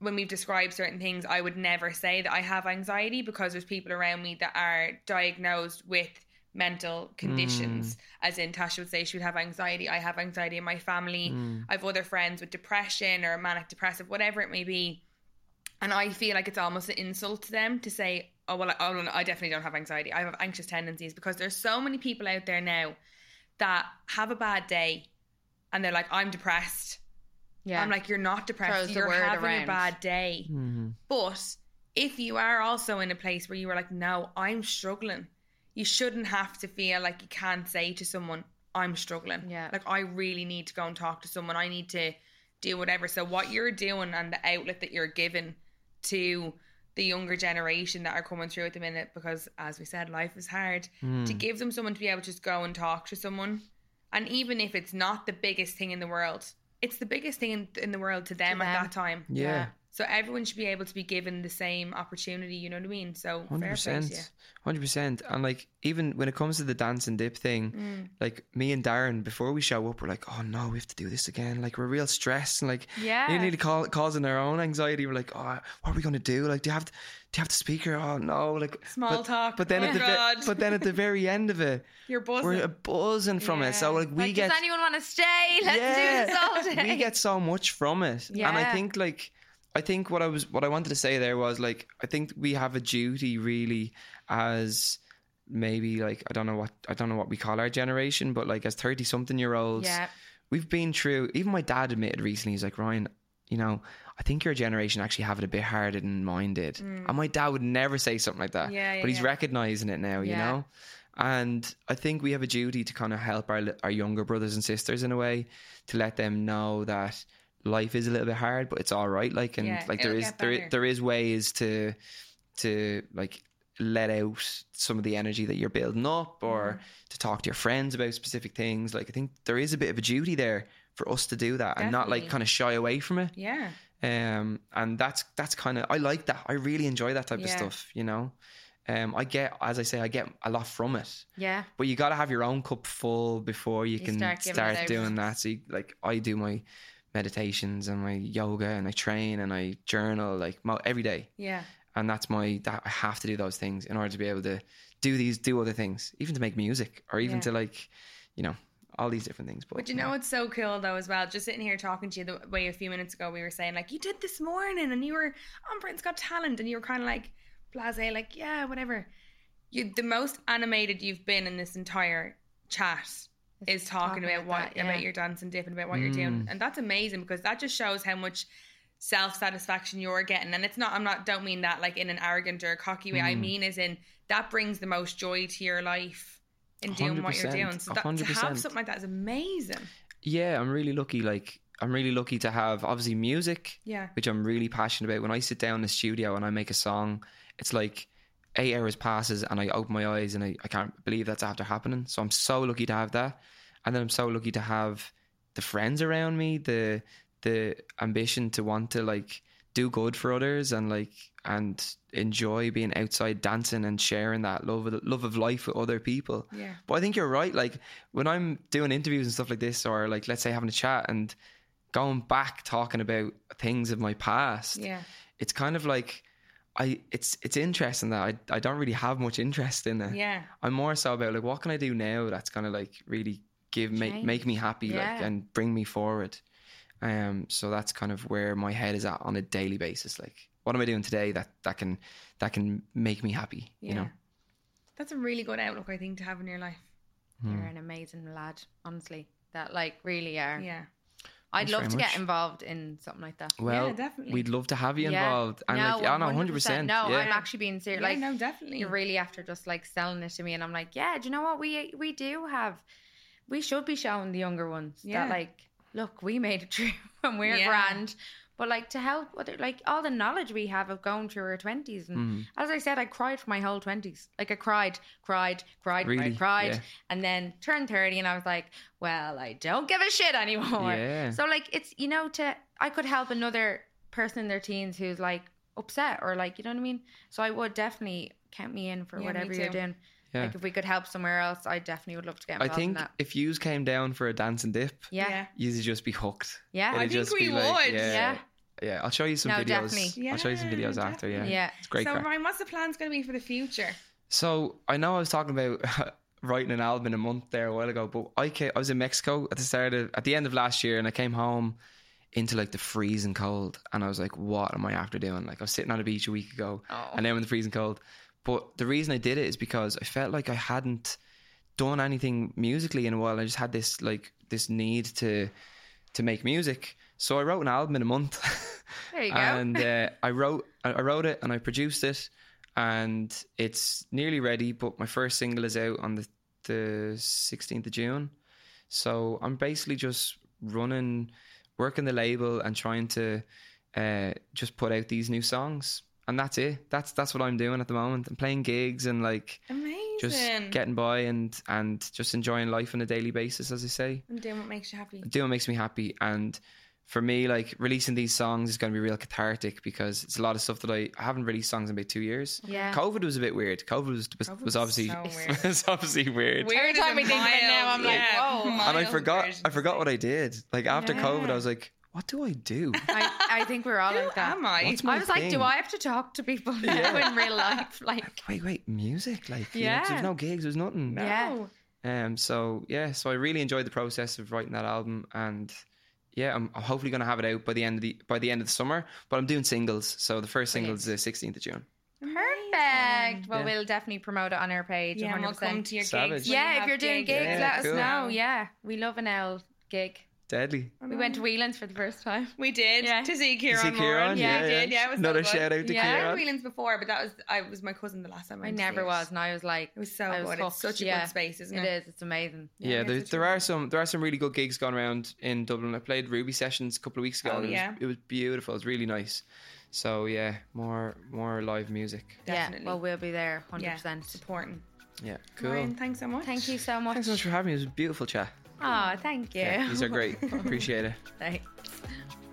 when we've described certain things, I would never say that I have anxiety because there's people around me that are diagnosed with mental conditions. As in, Tasha would say she would have anxiety. I have anxiety in my family.
Mm.
I've other friends with depression or manic depressive, whatever it may be. And I feel like it's almost an insult to them to say, oh, well, I, oh, no, I definitely don't have anxiety. I have anxious tendencies because there's so many people out there now that have a bad day and they're like, I'm depressed.
Yeah.
I'm like, you're
Throws
not depressed.
the
You're
word
having
around.
a bad day.
Mm.
But if you are also in a place where you are like, no, I'm struggling, you shouldn't have to feel like you can't say to someone, I'm struggling.
Yeah.
Like, I really need to go and talk to someone. I need to do whatever. So, what you're doing and the outlet that you're giving to the younger generation that are coming through at the minute, because as we said, life is hard, to
Mm.
give them someone to be able to just go and talk to someone. And even if it's not the biggest thing in the world, it's the biggest thing in, in the world to them at
them.
that time.
Yeah,
So everyone should be able to be given the same opportunity, you know what I mean? So
hundred
fair play to you.
percent, hundred percent. And like even when it comes to the dance and dip thing,
Mm.
like me and Darren before we show up, we're like, oh no, we have to do this again. Like we're real stressed and like
yeah.
Nearly call, causing our own anxiety. We're like, oh, what are we gonna do? Like, do you have to, do you have the speaker? Oh no, like
Small
but,
talk.
But then
oh
at the ve-
God.
but then at the very end of it,
you're buzzing.
we're buzzing from it. So
Yeah.
like we
like,
get
does anyone want to stay? Let's
yeah,
do this all day.
we get so much from it, and I
Yeah.
think like I think what I was what I wanted to say there was like I think we have a duty really as maybe like I don't know what I don't know what we call our generation, but like as thirty something year olds,
yeah.
we've been through even my dad admitted recently he's like ryan you know, I think your generation actually have it a bit harder than mine did.
Mm.
And my dad would never say something like that.
Yeah, yeah,
but he's
yeah.
recognizing it now, you
Yeah.
know? And I think we have a duty to kind of help our, li- our younger brothers and sisters in a way to let them know that life is a little bit hard, but it's all right. Like, and
Yeah,
like there
it'll
is,
get
there, i-
better.
there is ways to, to like let out some of the energy that you're building up
Mm-hmm.
or to talk to your friends about specific things. Like, I think there is a bit of a duty there for us to do that and not like
Definitely.
kind of shy away from it
Yeah.
um and that's that's kind of i like that i really enjoy that type of
Yeah.
stuff you know um i get as i say i get a lot from it
Yeah.
but you got to have your own cup full before you,
You
can
start
start,
giving it out.
doing that so you, like i do my meditations and my yoga and i train and i journal like mo- every day
Yeah.
and that's my that i have to do those things in order to be able to do these do other things even to make music or even
Yeah.
to like you know all these different things but
But you know what's so cool though as well? Just sitting here talking to you the way a few minutes ago we were saying like you did this morning and you were on Britain's Got Talent and you were kind of like blasé, like yeah, whatever. You the most animated you've been in this entire chat is talking, about, what
that,
about
yeah.
your dance and different about what you're
Mm.
doing, and that's amazing because that just shows how much self satisfaction you're getting. And it's not I'm not don't mean that like in an arrogant or cocky way. I
Mm.
mean as in that brings the most joy to your life in doing what you're
100%,
doing. So that, to have
100%.
something like that is amazing.
yeah i'm really lucky like i'm really lucky to have obviously music
Yeah.
which I'm really passionate about. When I sit down in the studio and I make a song, it's like eight hours passes and I open my eyes and I, I can't believe that's after happening. So I'm so lucky to have that. And then I'm so lucky to have the friends around me, the the ambition to want to like do good for others and like and enjoy being outside dancing and sharing that love of, love of life with other people.
Yeah.
But I think you're right. Like when I'm doing interviews and stuff like this, or like let's say having a chat and going back talking about things of my past,
Yeah.
it's kind of like I it's it's interesting that I I don't really have much interest in it.
Yeah.
I'm more so about like what can I do now that's gonna like really give make
Change.
make me happy like
Yeah.
and bring me forward. Um so that's kind of where my head is at on a daily basis. Like what am I doing today that that can that can make me happy,
Yeah.
you know?
That's a really good outlook, I think, to have in your life.
Hmm.
You're an amazing lad, honestly. That like really are.
Yeah.
I'd
Thanks
love
very
to
much.
get involved in something like that.
Well,
yeah, definitely.
we'd love to have you
Yeah.
involved. And like, yeah, no, 100%.
No,
yeah.
I'm actually being serious.
yeah,
like,
no, definitely.
Mm.
you're really after just like selling it to me, and I'm like, yeah, do you know what we we do have? We should be showing the younger ones
Yeah.
that like, look, we made it through, and we're
Yeah.
grand. But like to help other, like all the knowledge we have of going through our twenties, and
Mm.
as I said, I cried for my whole twenties. Like I cried, cried, cried,
Really?
cried, cried,
Yeah.
and then turned thirty, and I was like, well, I don't give a shit anymore.
Yeah.
So like it's you know to I could help another person in their teens who's like upset or like you know what I mean. So I would definitely count me in for
Yeah, me
whatever you're
too.
doing.
Yeah.
Like if we could help somewhere else, I definitely would love to get
I
involved in
think
that.
if yous came down for a dance and dip,
Yeah, yeah,
Yeah.
you'd just be hooked.
yeah.
I
It'd
think
just
we
be like,
would.
Yeah, yeah.
Yeah.
I'll show you some
No,
videos.
definitely.
I'll show you some
Yeah,
videos after. Yeah.
definitely.
It's great.
so,
crack.
Ryan, what's the plans going to be for the future?
So I know I was talking about writing an album in a month there a while ago, but I came, I was in Mexico at the start of at the end of last year, and I came home into like the freezing cold, and I was like, "What am I after doing?" Like I was sitting on a beach a week ago,
Oh.
and now in the freezing cold. But the reason I did it is because I felt like I hadn't done anything musically in a while. I just had this like this need to to make music, so I wrote an album in a month.
There you go.
and uh, I wrote I- I wrote it and I produced it and it's nearly ready but my first single is out on the the 16th of June so I'm basically just running working the label and trying to uh, just put out these new songs and that's it that's that's what I'm doing at the moment I'm playing gigs and like
Amazing.
just getting by and and just enjoying life on a daily basis as I say
I'm doing what makes you happy.
doing what makes me happy and for me like releasing these songs is going to be real cathartic because it's a lot of stuff that i, I haven't released songs in about two years
yeah.
covid was a bit weird covid was was,
Covid was
was obviously
so
it's
weird.
obviously weird
Every
Weird is
time
a
we think of it now,
mild-
I'm like,
yeah,
whoa.
and i
mild
forgot
version
i
of
forgot
it.
what i did like after
Yeah.
covid i was like what do i do
I, I think we're all
Who
like that.
am I?
What's my
I was like,
thing?
do I have to talk to people now
Yeah.
in real life? Like,
wait wait music like you know,
Yeah.
'cause there's no gigs there's nothing
Yeah.
No.
um so yeah so i really enjoyed the process of writing that album and yeah i'm, I'm hopefully going to have it out by the end of the by the end of the summer but i'm doing singles so the first single is the 16th of june
perfect. Well,
Yeah.
we'll definitely promote it on our page.
Yeah, and
100%.
we'll come to your
Savage.
gigs. when you
yeah, if
have
you're doing gigs,
Yeah,
let
cool.
us know. Yeah, we love an L gig.
Deadly.
We went to Whelan's for the first time.
We did.
Yeah.
To see
Is
Kieran.
he Kieran?
Moran.
Yeah,
we did. Yeah, it was
Another
so good.
shout out to
Yeah.
I went to
Kieran.
Whelan's before, but that was I was my cousin the last time I
I
went. to see
never
it.
was, and I was like,
It was so
I was
good.
hooked,
It's such a
yeah.
good space, isn't
it
it?
is. It's amazing.
Yeah,
Yeah,
there,
such a
there
good
are
one.
some there are some really good gigs going around in Dublin. I played Ruby sessions a couple of weeks ago.
Oh,
and it was-
yeah.
it was beautiful. It was really nice. So yeah, more more live music.
Definitely.
Yeah, well, we'll be there, hundred
Yeah.
percent.
Supporting.
Yeah, cool.
Ryan, thanks so much.
Thank you so much.
Thanks so much for having me. It was a beautiful chat.
Oh, thank you.
Yeah, these are great. Appreciate it.
Thanks.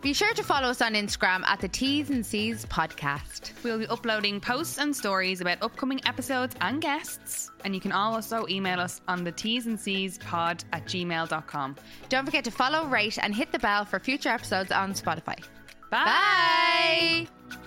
Be sure to follow us on Instagram at the T's and C's podcast.
We'll be uploading posts and stories about upcoming episodes and guests. And you can also email us on the T's and C's pod at gmail.com.
Don't forget to follow, rate, and hit the bell for future episodes on Spotify.
Bye.
Bye.